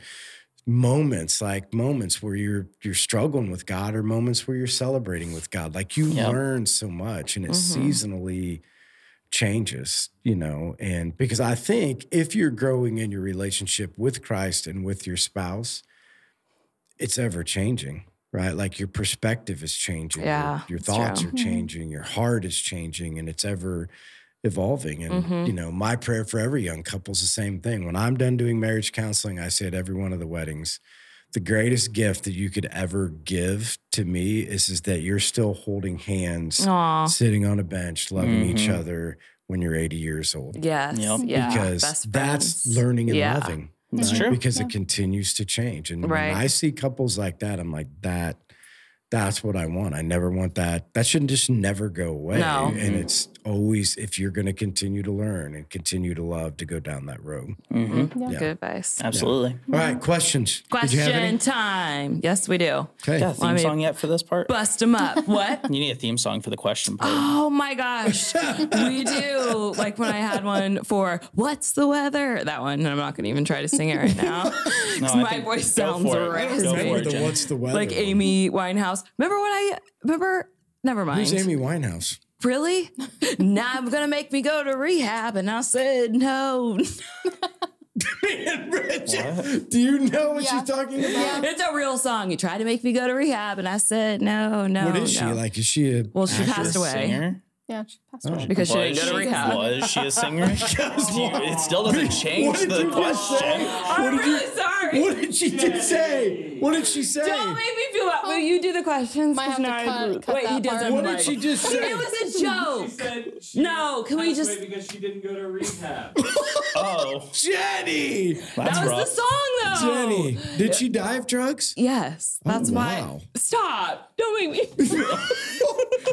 S2: moments like moments where you're you're struggling with God or moments where you're celebrating with God. Like you
S3: Yep.
S2: learn so much and it
S1: Mhm.
S2: seasonally changes, you know, and because I think if you're growing in your relationship with Christ and with your spouse, it's ever changing, right? Like your perspective is changing, your-
S1: Yeah,
S2: your,
S1: that's
S2: thoughts
S1: true. Mm-hmm.
S2: are changing, your heart is changing, and it's ever evolving. And
S1: Mhm.
S2: you know, my prayer for every young couple is the same thing. When I'm done doing marriage counseling, I say at every one of the weddings, the greatest gift that you could ever give to me is is that you're still holding hands
S1: Aw.
S2: sitting on a bench loving each
S3: Mhm.
S2: other when you're 80 years old
S1: Yes.
S3: Yep.
S1: Yeah.
S2: because
S1: Best
S2: that's
S1: friends.
S2: learning and
S1: Yeah.
S2: loving
S3: That's
S2: right?
S3: true.
S2: because
S4: Yeah.
S2: it continues to change and
S1: Right.
S2: when i see couples like that i'm like that that's what i want i never want that that shouldn't just never go away
S1: No.
S2: and it's always if you're going to continue to learn and continue to love to go down that road
S1: Mm-hmm.
S3: hmm
S1: Good advice.
S3: Absolutely.
S2: all right questions Did you have any?
S1: Question time. Yes, we do.
S2: okay
S3: Yeah, theme
S1: I mean-
S3: song yet for this part?
S1: Bust them up. What?
S3: you need a theme song for the question part.
S1: Oh my gosh. we do. Like when I had one for What's the Weather? That one. And I'm not going to even try to sing it right now.
S3: No,
S1: 'Cause
S3: I
S1: my
S3: think-
S1: voice
S3: go
S1: sounds
S3: for it. Go
S1: raspy.
S3: for it, Jen.
S2: what's the weather
S1: Like Amy Winehouse. Remember when I, remember, never mind.
S2: who's amy winehouse
S1: Really? now I'm going to make me go to rehab. And I said, no.
S2: Man, Bridget,
S3: What?
S2: do you know what
S4: Mm-hmm. Yeah.
S2: she's talking about?
S1: It's a real song. You tried to make me go to rehab. And I said, no, no.
S2: What is she
S1: no.
S2: like? Is she a
S1: Well, she
S2: actress?
S1: passed away.
S3: Singer?
S4: Yeah, she passed away.
S1: Because she didn't
S3: Was
S1: go to
S3: she-
S1: rehab.
S3: Was she a singer? You- it still doesn't change
S2: did
S3: the
S2: you just
S3: question.
S1: I'm really sorry.
S2: What did she just say? What did she say?
S1: Don't make me feel that. Will you do the questions?
S4: Might
S1: 'Cause
S4: have to
S1: now I-
S4: cut- cut
S1: Wait, he
S4: that part.
S1: doesn't.
S2: what
S1: like-
S2: did she just say?
S1: It was a joke.
S5: She said she
S1: No, can we
S5: passed
S1: just-
S5: away Because she didn't go to rehab.
S3: Oh,
S2: Jenny.
S1: That
S3: that's
S1: was
S3: rough.
S1: the
S2: Oh.
S1: song, though.
S2: Jenny. Did she die of drugs?
S1: Yes, that's why.
S2: wow.
S1: Stop! Don't make me.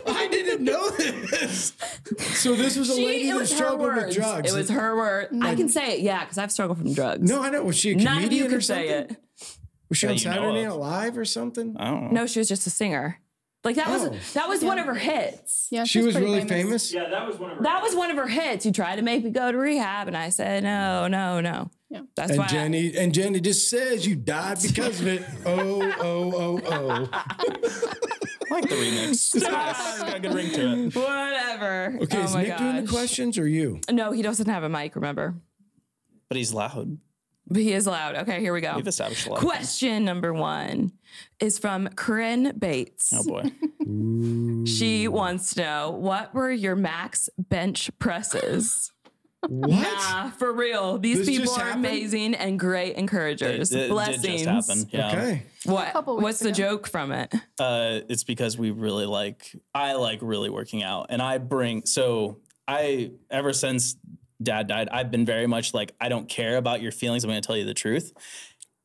S2: I didn't know this. So this was a lady
S1: she, it
S2: that
S1: was her
S2: struggled with
S1: words.
S2: drugs.
S1: It was her word. I can say it, yeah, because I've struggled from drugs.
S2: No, I know. Was she a
S1: none of you
S2: comedian or
S1: can
S2: something?
S1: say it.
S2: Was she
S3: That
S2: on
S3: you know
S2: Saturday
S3: of.
S2: Night Live or something?
S3: I don't know.
S1: No, she was just a singer. Like that
S2: Oh.
S1: was that was one of her hits.
S4: Yeah,
S2: she
S4: she's
S2: was
S4: pretty
S2: really famous.
S5: Yeah, that was one of her.
S1: That was one of her hits. You tried to make me go to rehab, and I said no, no, no.
S4: Yeah.
S1: That's why.
S2: And
S1: I-
S2: Jenny and Jenny just says you died because of it. Oh, oh, oh, oh.
S3: I like the remix. It's nice. It's got a good ring to it.
S1: Whatever.
S2: Okay,
S1: oh
S2: is
S1: my
S2: Nick doing the
S1: gosh.
S2: questions or you?
S1: No, he doesn't have a mic, remember?
S3: But he's loud.
S1: But he is loud. Okay, here we go.
S3: We've established a lot. of things.
S1: Oh. Question number one is from Corinne Bates.
S3: Oh boy.
S1: She wants to know what were your max bench presses?
S2: What?
S1: nah, for real. These
S2: This
S1: people
S2: just
S1: are
S2: happened?
S1: amazing and great encouragers.
S3: It- it
S1: Blessings.
S3: Did just happen. Yeah.
S2: Okay.
S1: What?
S4: couple weeks
S1: What's the
S4: ago.
S1: joke from it?
S3: Uh, it's because we really like. I like really working out, and I bring. So I ever since Dad died, I've been very much like I don't care about your feelings. I'm going to tell you the truth.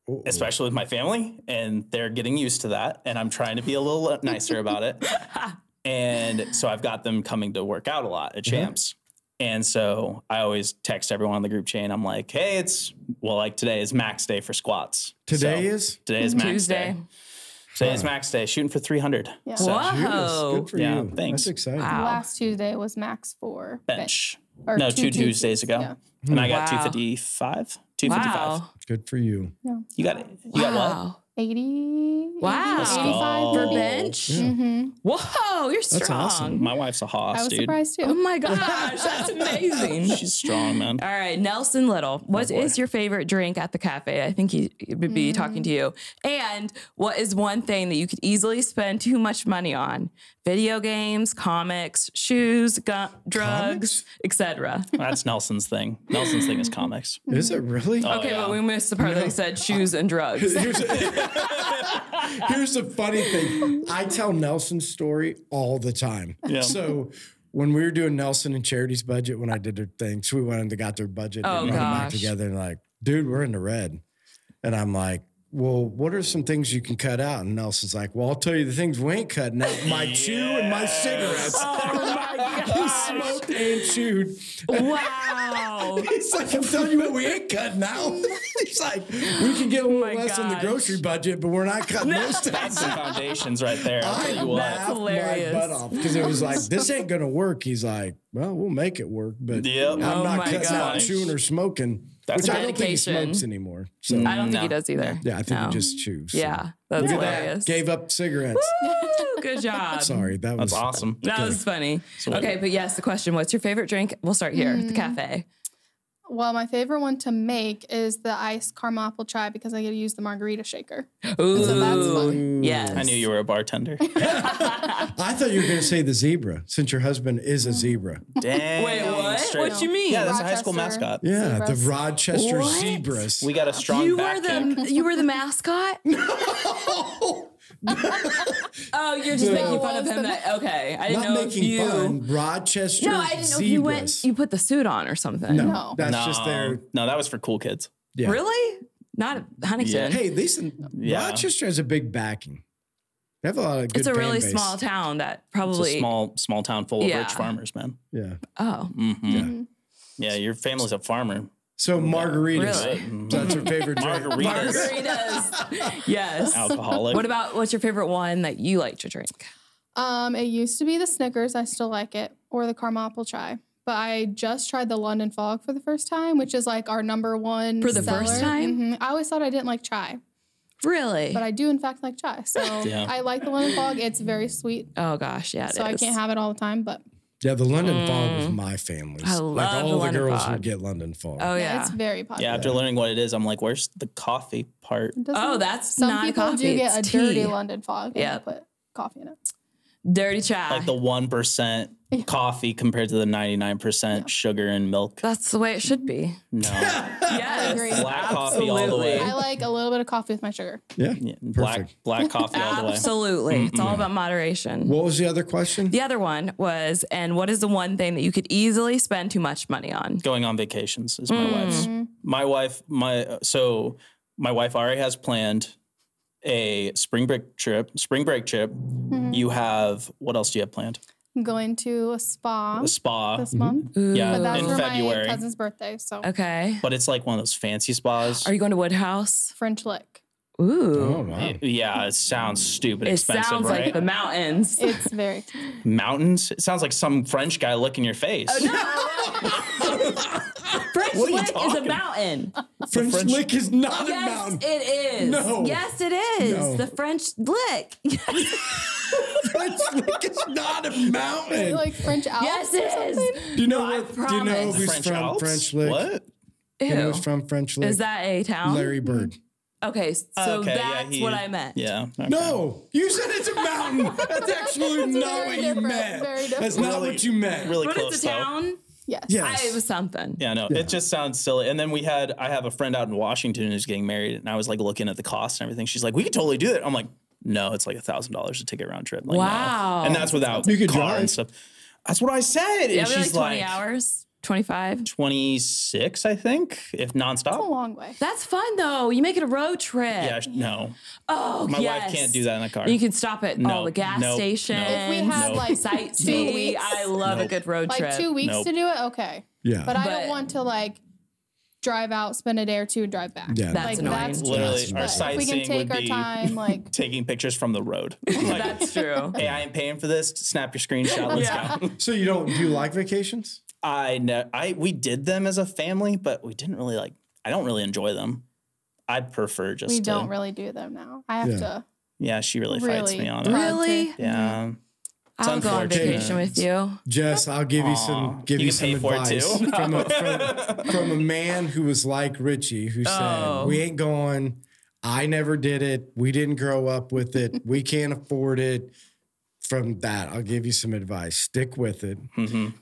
S2: Uh-oh.
S3: especially with my family, and they're getting used to that. And I'm trying to be a little nicer about it. And so I've got them coming to work out a lot
S4: Mm-hmm.
S3: at Champs. And so I always text everyone on the group chain. I'm like, hey, it's well, like today is max day for squats.
S2: Today
S3: So
S2: is
S3: today is max
S1: Tuesday.
S3: day. Today is max day. Shooting for 300.
S4: Yeah.
S3: So
S1: Whoa.
S2: Yes, Good for
S3: Yeah,
S2: you.
S3: thanks.
S2: That's exciting.
S1: Wow.
S4: Last Tuesday was max for
S3: bench.
S4: Or
S3: No, two, Tuesdays ago,
S4: Yeah.
S3: and I got
S1: Wow.
S3: 255. 255.
S1: Wow.
S2: Good for you.
S3: You got it. You got what?
S1: wow.
S4: 80.
S1: Wow.
S3: Let's
S4: 85
S3: go.
S1: For bench?
S4: Mm-hmm.
S1: Whoa, you're strong.
S2: That's awesome.
S3: My wife's a hoss,
S4: I was
S3: dude.
S4: surprised too.
S1: Oh my gosh, that's amazing.
S3: She's strong, man.
S1: All right, Nelson Little, what is your favorite drink at the cafe? I think he he would
S4: Mm-hmm.
S1: be talking to you. And what is one thing that you could easily spend too much money on? Video games, comics, shoes, gu- drugs, etc.
S3: That's Nelson's thing. Nelson's thing is comics.
S2: Is it really?
S3: Oh,
S1: Okay,
S3: yeah.
S1: but we missed the part that he said shoes and drugs.
S2: Here's, here's the funny thing. I tell Nelson's story all the time.
S3: Yeah.
S2: So when we were doing Nelson and Charity's budget, when I did their thing, so we went and got their budget
S1: Oh,
S2: and we went back
S1: gosh.
S2: together and like, dude, we're in the red. And I'm like, well, what are some things you can cut out? And Nelson's like, well, I'll tell you the things we ain't cutting out my chew and my cigarettes.
S1: Oh,
S2: He smoked and chewed.
S1: wow.
S2: He's like, I'm telling you what, we ain't cutting out. He's like, we can get a little
S1: Oh my
S2: less on the
S1: gosh.
S2: grocery budget, but we're not cutting those things.
S3: Some foundations right there. I'll tell you
S2: I
S3: what.
S1: That's
S2: laughed my
S1: hilarious.
S2: butt off because it was like, this ain't gonna work. He's like, well, we'll make it work, but
S3: Yep.
S2: I'm
S1: Oh
S2: not
S1: my
S2: cutting out
S1: gosh.
S2: chewing or smoking,
S3: That's Mm.
S2: which I don't think he
S1: dedication.
S2: smokes anymore. So
S1: I don't think he
S3: No.
S1: does either.
S2: yeah, I think
S1: No.
S2: he just chews. so.
S1: Yeah, that's
S2: Look at that.
S1: hilarious.
S2: Gave up cigarettes.
S1: Woo, good job.
S2: Sorry, that was
S3: That's awesome.
S1: That was funny.
S3: So-
S1: okay, but yes, the question, what's your favorite drink? We'll start here, at the cafe. Mm-hmm.
S4: Well, my favorite one to make is the iced caramel apple chai because I get to use the margarita shaker.
S1: Ooh,
S4: So that's fun.
S1: yes.
S3: I knew you were a bartender.
S2: I thought you were gonna say the zebra, since your husband is
S1: Oh.
S2: a zebra.
S3: Dang.
S1: Wait, what?
S3: Straight-
S1: What you mean?
S3: Yeah, that's a high school
S4: Rochester.
S3: mascot.
S2: Yeah,
S4: Zebras.
S2: the Rochester
S1: What?
S2: zebras.
S3: We got a strong
S1: You
S3: back
S1: were the
S3: kick.
S1: you were the mascot. oh, you're just making fun of him. That, okay, I didn't
S2: not
S1: know if
S2: making
S1: you.
S2: fun. Rochester
S1: No, I didn't know if you
S2: zebras.
S1: went. You put the suit on or something.
S2: no,
S4: No.
S2: that's
S3: no,
S2: just their.
S3: no, that was for cool kids.
S2: Yeah.
S1: really? Not at Huntington.
S2: Hey, listen,
S3: Yeah.
S2: Rochester has a big backing. They have a lot of good.
S1: it's a
S2: fan
S1: really
S2: base.
S1: small town that
S3: It's a
S1: probably.
S3: small, small town full of
S1: Yeah.
S3: rich farmers, man.
S2: Yeah.
S1: oh,
S3: Mhm. Yeah. your family's a farmer.
S2: So margaritas.
S1: Really?
S2: So that's her favorite drink.
S3: Margaritas.
S1: margaritas. yes.
S3: Alcoholic.
S1: What about what's your favorite one that you like to drink?
S4: Um, it used to be the Snickers. I still like it, or the caramel apple chai. But I just tried the London Fog for the first time, which is like our number one
S1: For the first
S4: seller.
S1: time?
S4: Mhm. I always thought I didn't like chai,
S1: Really?
S4: but I do in fact like chai. So
S3: Yeah.
S4: I like the London Fog. It's very sweet,
S1: oh gosh, yeah. it
S4: so I
S1: is.
S4: can't have it all the time. But
S2: Yeah, the London Fog was my family's.
S1: Mm. I
S2: like
S1: love
S2: all
S1: the
S2: the,
S1: London
S2: girls
S1: Fog.
S2: would get London Fog.
S1: Oh
S4: yeah,
S1: yeah.
S4: it's very
S3: Yeah,
S4: popular.
S3: after learning what it is, I'm like, where's the coffee part?
S4: It doesn't-
S1: Oh, that's
S4: some
S1: not a
S4: people
S1: coffee,
S4: do get a
S1: it's tea.
S4: dirty London Fog. and
S1: Yeah.
S4: they put coffee in it.
S1: Dirty chai.
S3: Like the one percent coffee compared to the ninety nine percent sugar and milk.
S1: That's the way it should be.
S3: No,
S1: yes.
S4: agree.
S3: black coffee all the
S4: I
S3: way.
S4: like a little bit of coffee with my sugar.
S2: yeah.
S3: Yeah, black
S2: Perfect.
S3: black coffee all the way.
S1: Absolutely. It's all about moderation.
S2: What was the other question?
S1: the other one was, and what is the one thing that you could easily spend too much money on?
S3: Going on vacations is my
S1: Mm-hmm.
S3: wife's. My wife, my so my wife already has planned a spring break trip. Spring break trip.
S1: Mm-hmm.
S3: You have what else do you have planned?
S4: I'm going to a spa
S3: A spa.
S4: this month.
S3: Yeah,
S4: But that's
S3: in
S4: for
S3: February.
S4: my cousin's birthday, so
S1: Okay.
S3: But it's like one of those fancy spas.
S1: Are you going to Woodhouse?
S4: French lick.
S1: Ooh.
S2: Oh wow.
S3: yeah, it sounds stupid
S1: It
S3: expensive,
S1: sounds
S3: right?
S1: like the mountains.
S4: It's very
S3: mountains. It sounds like some French guy licking your face.
S1: Oh, French
S3: What are you
S1: Lick is a
S3: talking?
S1: mountain.
S2: French,
S3: French-
S2: Lick is not a
S1: Yes,
S2: mountain.
S1: it is.
S2: No.
S1: Yes, it is.
S2: No.
S1: The French Lick.
S2: French Lick is not a mountain.
S4: like French Alps.
S1: Yes,
S4: or
S1: it
S4: something.
S1: is.
S2: do you know
S1: No, I
S2: what? Do you know
S1: promise.
S2: who's
S3: French
S2: from
S3: Alps?
S2: French Lick?
S3: What?
S2: You know who's
S1: Ew.
S2: from French Lick?
S1: Is that a town?
S2: Larry Bird?
S1: Okay, so
S3: Oh, Okay, yeah,
S1: that's
S3: he-
S1: what I meant.
S3: Yeah. okay.
S2: No, you said it's a mountain. That's actually not
S4: very
S2: what you
S4: different,
S2: meant.
S4: very different.
S2: That's not
S3: Really-
S2: what you meant.
S3: Really
S1: But
S3: close
S1: it's a town.
S4: Yes.
S2: Yes.
S1: I was something.
S3: though. Yeah, no, it just sounds silly. And then we had, I have a friend out in Washington who's getting married, and I was like looking at the cost and everything. She's like, we could totally do that. I'm like, no, it's like a thousand dollars a ticket round trip. Like, no.
S1: Wow.
S3: And that's without
S2: You could
S3: car
S2: drive.
S3: and stuff. That's what I said. And
S1: Yeah, maybe like
S3: she's
S1: 20
S3: like,
S1: hours, 25.
S3: 26, I think, if
S4: A
S3: nonstop.
S4: long way.
S1: That's fun though. You make it a road trip.
S3: Yeah, sh- no.
S1: oh,
S3: My
S1: yes.
S3: wife can't do that in a car.
S1: You can stop at all
S3: No,
S1: the gas
S3: nope, no,
S1: stations.
S4: If we had
S3: No.
S4: like two
S1: sightsee.
S4: weeks,
S1: I love a
S3: Nope.
S1: good road
S4: like
S1: trip.
S4: two weeks
S3: Nope.
S4: to do it, okay.
S2: Yeah.
S4: But, I
S1: But-
S4: don't want to like drive out, spend a day or two, and drive back.
S2: Yeah.
S4: like
S1: That's annoying.
S4: that's
S3: Literally,
S4: too
S3: our
S4: much. But if we
S3: sightseeing
S4: can take
S3: would
S4: our
S3: be-
S4: time, like
S3: Taking pictures from the road. Like,
S1: That's true.
S3: hey, I ain't paying for this. Snap your screenshot. Let's
S1: Yeah.
S3: go.
S2: so you don't do you like vacations?
S3: I know I we did them as a family, but we didn't really like I don't really enjoy them. I prefer just
S4: we
S3: to-
S4: don't really do them now. I have
S2: Yeah.
S4: to
S3: Yeah, she really, fights
S4: Really?
S3: me on
S4: Right.
S3: it.
S1: Really?
S3: Yeah. It's
S1: I'll go on
S3: unfortunate.
S1: vacation with you.
S2: Jess, I'll give you
S3: Aw.
S2: some give
S3: You
S2: you,
S3: can
S2: some
S3: pay for it
S2: advice
S3: too?
S2: from, a, from, from a man who was like Richie, who
S1: Oh.
S2: said, "We ain't going. I never did it. We didn't grow up with it. we can't afford it." From that, I'll give you some advice. Stick with it
S3: Mhm.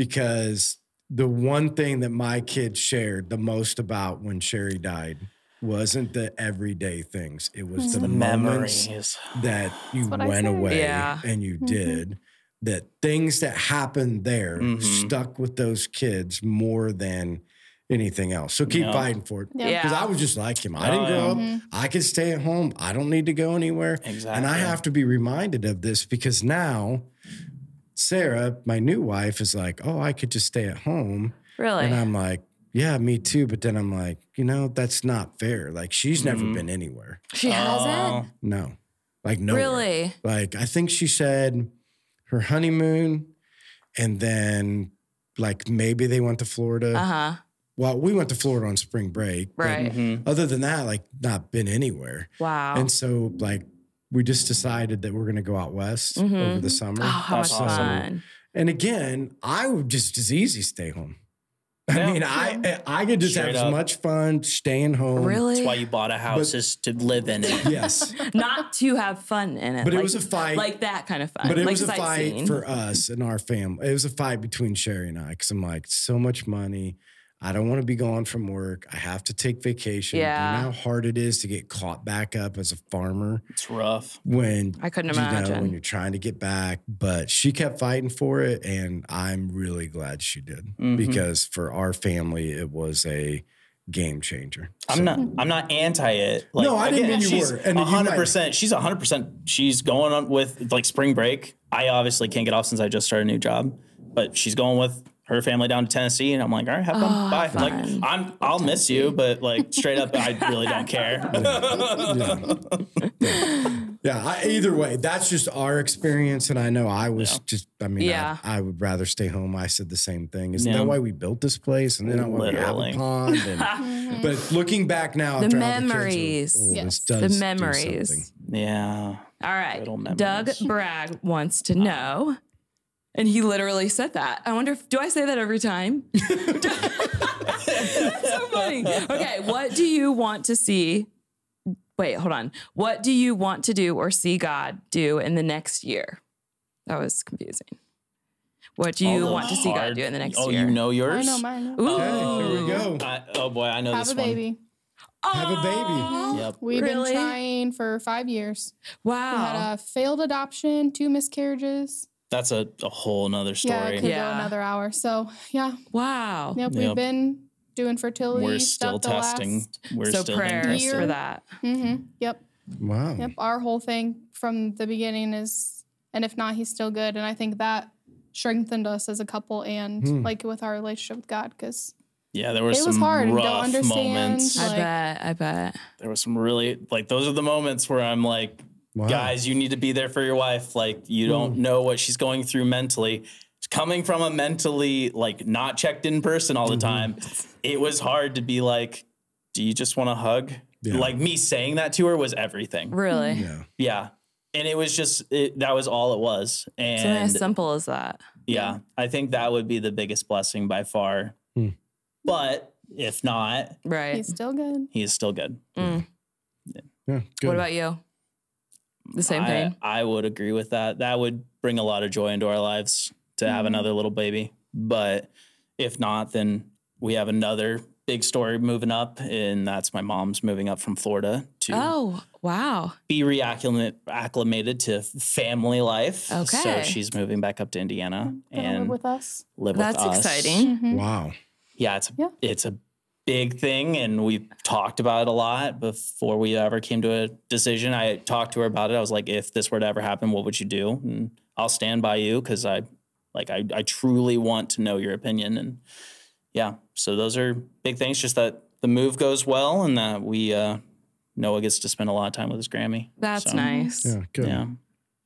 S2: because the one thing that my kids shared the most about when Sherry died wasn't the everyday things. It was the,
S3: The
S2: memories
S3: memories.
S2: that you
S4: what I
S2: went
S4: said.
S2: away
S1: Yeah.
S2: and you
S4: Mhm.
S2: did that things that happened there
S3: Mhm.
S2: stuck with those kids more than anything else so keep
S3: Yeah.
S2: fighting for it
S4: Yeah. Mm-hmm.
S2: because
S1: Yeah.
S2: i was just like him i
S3: Oh,
S2: didn't grow
S4: yeah.
S2: up i could stay at home i don't need to go anywhere
S3: Exactly.
S2: and i have to be reminded of this because now sarah my new wife is like oh i could just stay at home
S1: Really?
S2: and I'm like, yeah, me too. But then I'm like, you know, that's not fair. Like she's never
S3: Mhm.
S2: been anywhere.
S1: she hasn't?
S3: Oh,
S2: No. Like no.
S1: Really?
S2: Like I think she said her honeymoon and then like maybe they went to Florida.
S1: Uh huh.
S2: Well, we went to Florida on spring break. but
S1: Right.
S3: mhm.
S2: Other than that, like not been anywhere.
S1: Wow.
S2: And so like we just decided that we're gonna go out west
S1: Mhm.
S2: over the summer.
S1: oh, how much
S3: That's awesome.
S1: fun.
S2: And again, I would just as easy stay home.
S3: Yeah.
S2: I mean, I I could just
S3: Straight
S2: have
S3: up.
S2: as much fun staying home.
S1: Really?
S3: That's why you bought a house
S2: But-
S3: is to live in it.
S2: Yes,
S1: Not to have fun in it.
S2: but it
S1: like-
S2: was a fight.
S1: Like that kind of fun.
S2: but it
S1: like
S2: was a
S1: sightseeing.
S2: fight for us and our family. It was a fight between Sherry and I because I'm like, so much money. I don't want to be gone from work. I have to take vacation.
S1: Yeah.
S2: You know how hard it is to get caught back up as a farmer
S3: It's rough.
S2: when
S1: I couldn't
S2: you know,
S1: imagine.
S2: when you're trying to get back. But she kept fighting for it, and I'm really glad she did
S1: Mm-hmm.
S3: Mhm.
S2: because for our family, it was a game changer.
S3: I'm
S2: So-
S3: not. I'm not anti it. Like,
S2: No, I didn't
S3: again,
S2: mean you
S3: she's
S2: were, and you
S3: hundred percent. She's hundred percent. She's going on with like spring break. I obviously can't get off since I just started a new job, but she's going with her family down to Tennessee, and I'm like, all right, have fun.
S1: Oh,
S3: Bye. Like,
S1: fun.
S3: I'm. I'll miss you, but like straight up, I really don't care.
S2: yeah. Yeah. Yeah, I, either way, that's just our experience, and I know I was
S3: Yeah.
S2: just. I mean, I-
S1: Yeah.
S2: I, would rather stay home. I said the same thing. Isn't
S3: Yeah.
S2: that why we built this place? And then I want to have
S3: Literally.
S2: a pond. And, but looking back now,
S1: The
S2: after all the kids are
S1: memories.
S2: old, this
S4: Yes.
S2: does
S1: the
S2: do something.
S1: memories.
S3: yeah.
S1: All right.
S3: Little memories. Uh-huh.
S1: Doug Bragg wants to know. And he literally said that. I wonder if do I say that every time? That's so funny. Okay, what do you want to see? Wait, hold on. What do you want to do or see God do in the next year? That was confusing. What do
S3: All
S1: you
S3: those
S1: want to see God
S3: hard-
S1: do in the next
S3: oh,
S1: year?
S3: you know
S4: I
S3: yours.
S4: know mine.
S1: Ooh.
S2: Okay, here we go.
S3: I, oh boy, I know
S4: Have
S3: this
S4: a
S3: one.
S4: baby.
S2: Have a baby.
S1: Aw.
S3: Yep.
S4: We've
S1: Really?
S4: been trying for five years. We
S1: Wow.
S4: had a failed adoption, two miscarriages.
S3: That's a, a whole nother
S4: Yeah, it
S3: story.
S4: could go
S1: Yeah.
S4: another hour. So yeah,
S1: wow.
S4: yep,
S3: Yep.
S4: we've been doing fertility.
S3: We're still
S4: stuff the
S3: testing. We're
S1: so
S3: still being
S1: prayers
S3: tested.
S1: for that.
S4: hmm Yep,
S2: Wow.
S4: yep. Our whole thing from the beginning is, and if not, he's still good. And I think that strengthened us as a couple and
S2: Hmm.
S4: like with our relationship with God because
S3: Yeah, there were
S4: It was
S3: some
S4: hard, don't
S3: rough
S4: understand,
S3: moments.
S4: like-
S1: I bet. I bet.
S3: there was some really like those are the moments where I'm like,
S2: Wow.
S3: guys, you need to be there for your wife. Like
S1: Hmm.
S3: you don't know what she's going through mentally. Coming from a mentally like not checked in person all the
S1: Mm-hmm.
S3: time, it was hard to be like, do you just want to hug?
S2: Yeah.
S3: Like me saying that to her was everything.
S1: Really.
S2: Yeah.
S3: Yeah. And it was just it, that was all it was.
S1: Something
S3: And
S1: as simple as that.
S3: yeah, I think that would be the biggest blessing by far.
S2: Hmm.
S3: But if not,
S1: Right.
S4: he's still good.
S3: he is still good.
S1: Mm.
S2: Yeah. Good.
S1: What about you? The same
S3: I,
S1: thing.
S3: I would agree with that. That would bring a lot of joy into our lives to have
S1: Mm-hmm.
S4: Mhm.
S3: another little baby. But if not, then we have another big story moving up, and that's my mom's moving up from Florida to
S1: Oh, wow.
S3: be reacclimated acclimated to family life.
S1: Okay.
S3: So she's moving back up to Indiana
S4: Gonna
S3: and
S4: live with us.
S3: live with
S1: That's
S3: us.
S1: exciting.
S4: Mhm.
S2: Wow.
S3: Yeah, it's a,
S4: Yeah.
S3: it's a big thing, and we talked about it a lot before we ever came to a decision. I talked to her about it. I was like, if this were to ever happen, what would you do? And I'll stand by you because I like I I truly want to know your opinion. And yeah, so those are big things. Just that the move goes well, and that we uh, Noah gets to spend a lot of time with his Grammy.
S1: That's
S3: So,
S1: nice.
S2: Yeah. Good.
S3: Yeah,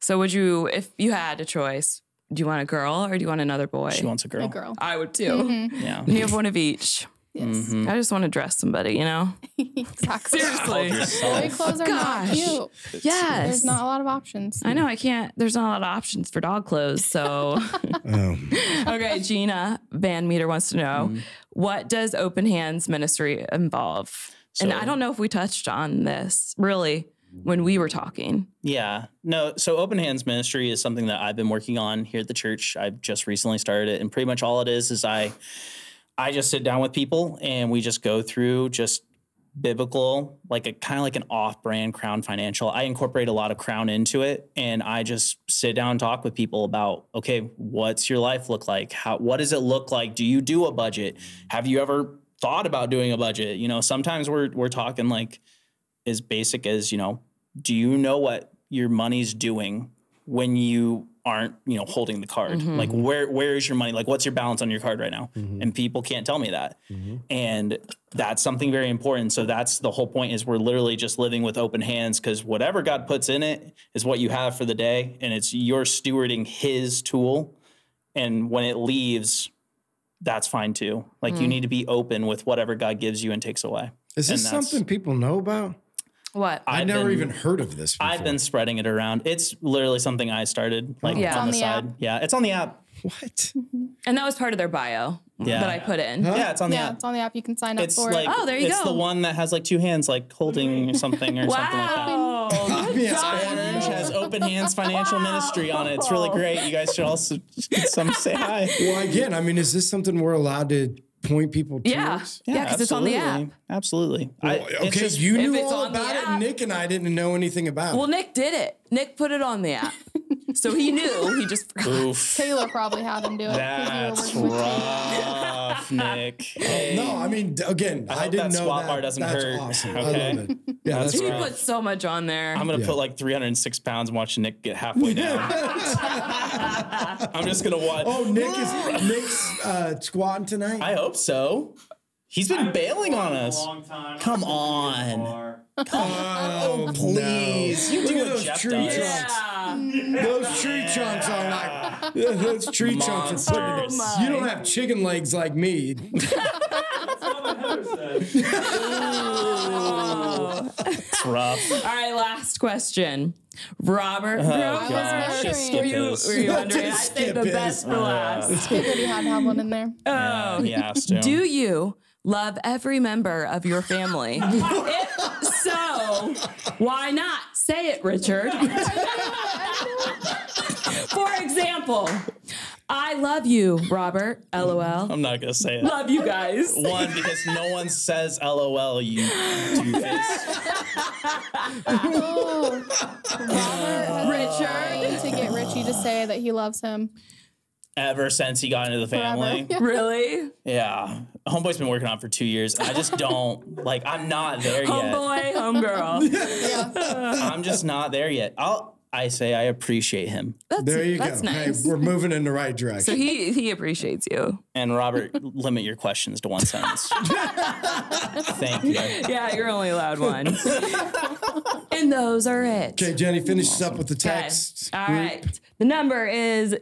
S1: So, would you, if you had a choice, do you want a girl or do you want another boy?
S3: she wants a girl.
S4: A girl.
S1: I would too.
S4: Mhm.
S3: Yeah,
S1: And you have one of each.
S4: Yes.
S3: Mhm.
S1: I just want to dress somebody, you know?
S4: exactly.
S1: Mm-hmm. Seriously. Oh
S3: Hold yourself.
S4: Boy clothes are
S1: Gosh.
S4: not cute.
S1: Yes.
S4: There's not a lot of options.
S1: I know I can't. There's not a lot of options for dog clothes. So,
S2: Um,
S1: okay, Gina Van Meter wants to know
S3: Mm-hmm.
S1: what does Open Hands Ministry involve? and
S3: So-
S1: I don't know if we touched on this really when we were talking.
S3: Yeah. No, so Open Hands Ministry is something that I've been working on here at the church. I've just recently started it and pretty much all it is is I I just sit down with people and we just go through just biblical, like a kind of like an off-brand Crown Financial. I incorporate a lot of Crown into it and I just sit down and talk with people about okay, what's your life look like? How what does it look like? Do you do a budget? Have you ever thought about doing a budget? You know, sometimes we're we're talking like as basic as, you know, do you know what your money's doing when you aren't you know holding the card
S1: Mhm.
S3: like where where is your money like what's your balance on your card right now
S2: mhm,
S3: and people can't tell me that
S2: mhm.
S3: and that's something very important so that's the whole point is we're literally just living with open hands because whatever god puts in it is what you have for the day and it's you're stewarding his tool and when it leaves that's fine too like you
S1: Mm.
S3: need to be open with whatever god gives you and takes away
S2: Is
S3: And
S2: this
S3: that's-
S2: something people know about?
S1: What?
S2: I've,
S3: I've
S2: never
S3: been-
S2: even heard of this. Before. Oh.
S3: I've been spreading it around. It's literally something I started like
S1: Yeah. It's
S3: on,
S4: on
S3: the,
S4: the
S3: side.
S4: app.
S3: Yeah, it's on the app.
S2: what?
S1: And that was part of their bio
S3: Yeah.
S1: that I put in.
S2: Huh?
S3: Yeah, it's on the
S4: yeah,
S3: app.
S4: it's on the app. You can sign up
S3: It's
S4: for
S3: like
S4: it.
S1: Oh, there you
S3: it's
S1: go.
S3: the one that has like two hands like holding something or something like that.
S1: Wow. Good
S2: Obvious,
S1: job.
S2: man.
S3: Orange has Open Hands Financial Ministry on it. It's really great. You guys should also some say hi.
S2: Well, again, I mean, is this something we're allowed to point people to?
S1: Yeah. Yeah, because it's on the app.
S3: absolutely. Absolutely. I-
S2: Well,
S3: it's
S2: okay,
S3: just-
S2: you
S1: if
S2: knew
S1: it's
S2: all
S1: on the
S2: about it.
S1: app-
S2: Nick and I didn't know anything about
S1: Well,
S2: it.
S1: Nick did it. Nick put it on the app. so he knew. He just forgot.
S3: oof.
S4: Taylor probably had him do it. 'cause
S3: That's
S4: you were working with Taylor.
S3: rough, Nick. Hey.
S2: No, I mean, d- again, I,
S3: hope
S2: didn't
S3: that
S2: know
S3: squat
S2: that.
S3: bar doesn't
S2: That's
S3: hurt.
S2: awesome. I
S3: Okay.
S2: love it. Yeah,
S3: That's
S2: that's,
S1: He
S2: right.
S1: put so much on there.
S3: I'm gonna
S2: Yeah.
S3: put like 306 pounds and watch Nick get halfway down. I'm just gonna watch.
S2: Oh, Nick is Nick's uh, squatting tonight.
S3: I hope so. He's been bailing on us.
S5: Long time.
S3: Come on.
S2: oh,
S3: please. You
S2: Look
S3: do what
S2: at those
S3: Jeff
S2: tree
S3: does.
S2: trunks.
S1: yeah.
S2: Those tree trunks are like yeah, those tree trunks. Are pretty
S3: Monsters.
S1: Oh
S2: good. you don't have chicken legs like me.
S5: That's not what Heather said.
S1: Oh.
S3: It's rough.
S1: All right, last question. Robert,
S3: Oh,
S1: Grover.
S3: gosh. Just
S4: wondering.
S1: Were
S3: skip
S1: you,
S3: this.
S1: were you wondering? I
S2: Just
S1: saved the
S2: skip it.
S1: best
S3: Uh,
S1: for last.
S4: Figured he had to have one in there.
S3: Yeah, he has to.
S1: Oh, Do you love every member of your family? if so, why not say it, Richard? For example, I love you, Robert. LOL.
S3: I'm not gonna say it.
S1: Love you guys.
S3: One because no one says LOL. You doofus.
S4: Oh, Robert has
S1: Richard.
S4: tried to get Richie to say that he loves him.
S3: Ever since he got into the family,
S4: Forever.
S1: Really?
S3: yeah. Homeboy's been working on it for two years. And I just don't like. I'm not there yet.
S1: Homeboy, Oh homegirl.
S3: I'm just not there yet. I'll. I say I appreciate him.
S1: That's,
S2: There you
S1: that's
S2: go.
S1: nice.
S2: Hey, we're moving in the right
S1: So
S2: direction.
S1: he he appreciates you.
S3: And Robert, limit your questions to one sentence. Thank you.
S1: Yeah, you're only allowed one. and those are it.
S2: okay, Jenny, finish us up with the
S1: Okay.
S2: text.
S1: All right. The number is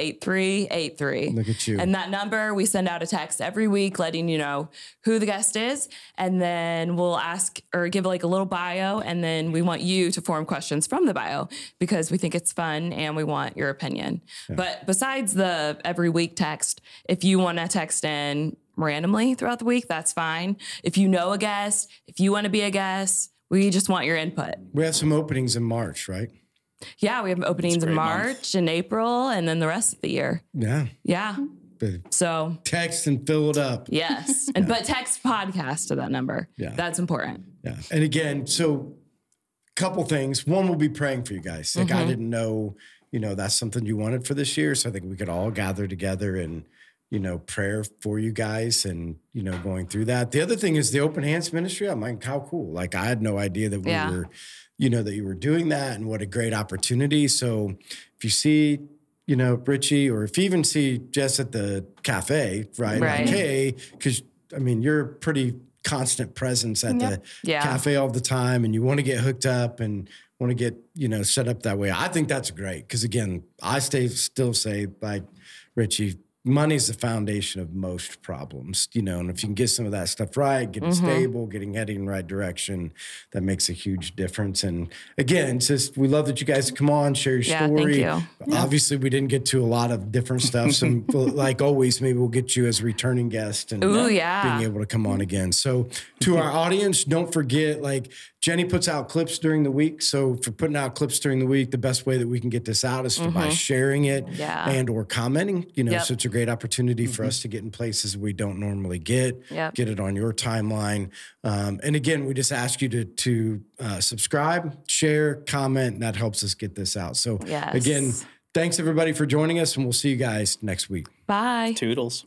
S1: 260-408-8383.
S2: Look at you.
S1: And that number, we send out a text every week letting you know who the guest is. And then we'll ask or give like a little bio. And then we want you to form questions from the bio because we think it's fun and we want your opinion. But besides the every week text, if you want to text in randomly throughout the week, that's fine. If you know a guest, if you want to be a guest, we just want your input.
S2: We have some openings in March, right?
S1: Yeah, we have openings in
S3: great month.
S1: March and April and then the rest of the year.
S2: Yeah.
S1: Yeah.
S2: But
S1: So,
S2: text and fill it up.
S1: yes. And but text podcast to that number.
S2: Yeah.
S1: That's important.
S2: Yeah. And again, so couple things. One, we'll be praying for you guys. Like
S1: Mm-hmm.
S2: I didn't know, you know, that's something you wanted for this year. So I think we could all gather together and, you know, prayer for you guys and, you know, going through that. The other thing is the open hands ministry. I'm like, how cool. Like I had no idea that we
S1: Yeah.
S2: were, you know, that you were doing that and what a great opportunity. So if you see, you know, Richie, or if you even see Jess at the cafe, right?
S1: Right.
S2: Like, hey, because I mean, you're a pretty constant presence at the
S1: Yeah.
S2: cafe all the time and you want to get hooked up and want to get you know set up that way i think that's great because again i stay still say like richie money's the foundation of most problems, you know. And if you can get some of that stuff right, getting
S1: Mm-hmm.
S2: stable, getting heading in the right direction, that makes a huge difference. And again, it's just we love that you guys come on, share your
S1: Yeah, thank
S2: story.
S1: you.
S2: Obviously, we didn't get to a lot of different stuff. So, like always, maybe we'll get you as a returning guest and
S1: Ooh, yeah.
S2: being able to come on again. So, to our audience, don't forget like Jenny puts out clips during the week. So, for putting out clips during the week, the best way that we can get this out is by sharing it
S1: Mm-hmm. Yeah.
S2: and or commenting. You know,
S1: Yep. Mm-hmm.
S2: so it's a great opportunity for us to get in places we don't normally get.
S1: Yep.
S2: Get it on your timeline. Um, and again, we just ask you to to uh, subscribe, share, comment. And that helps us get this out. So,
S1: Yes.
S2: again, thanks everybody for joining us, and we'll see you guys next week.
S1: Bye.
S3: Toodles.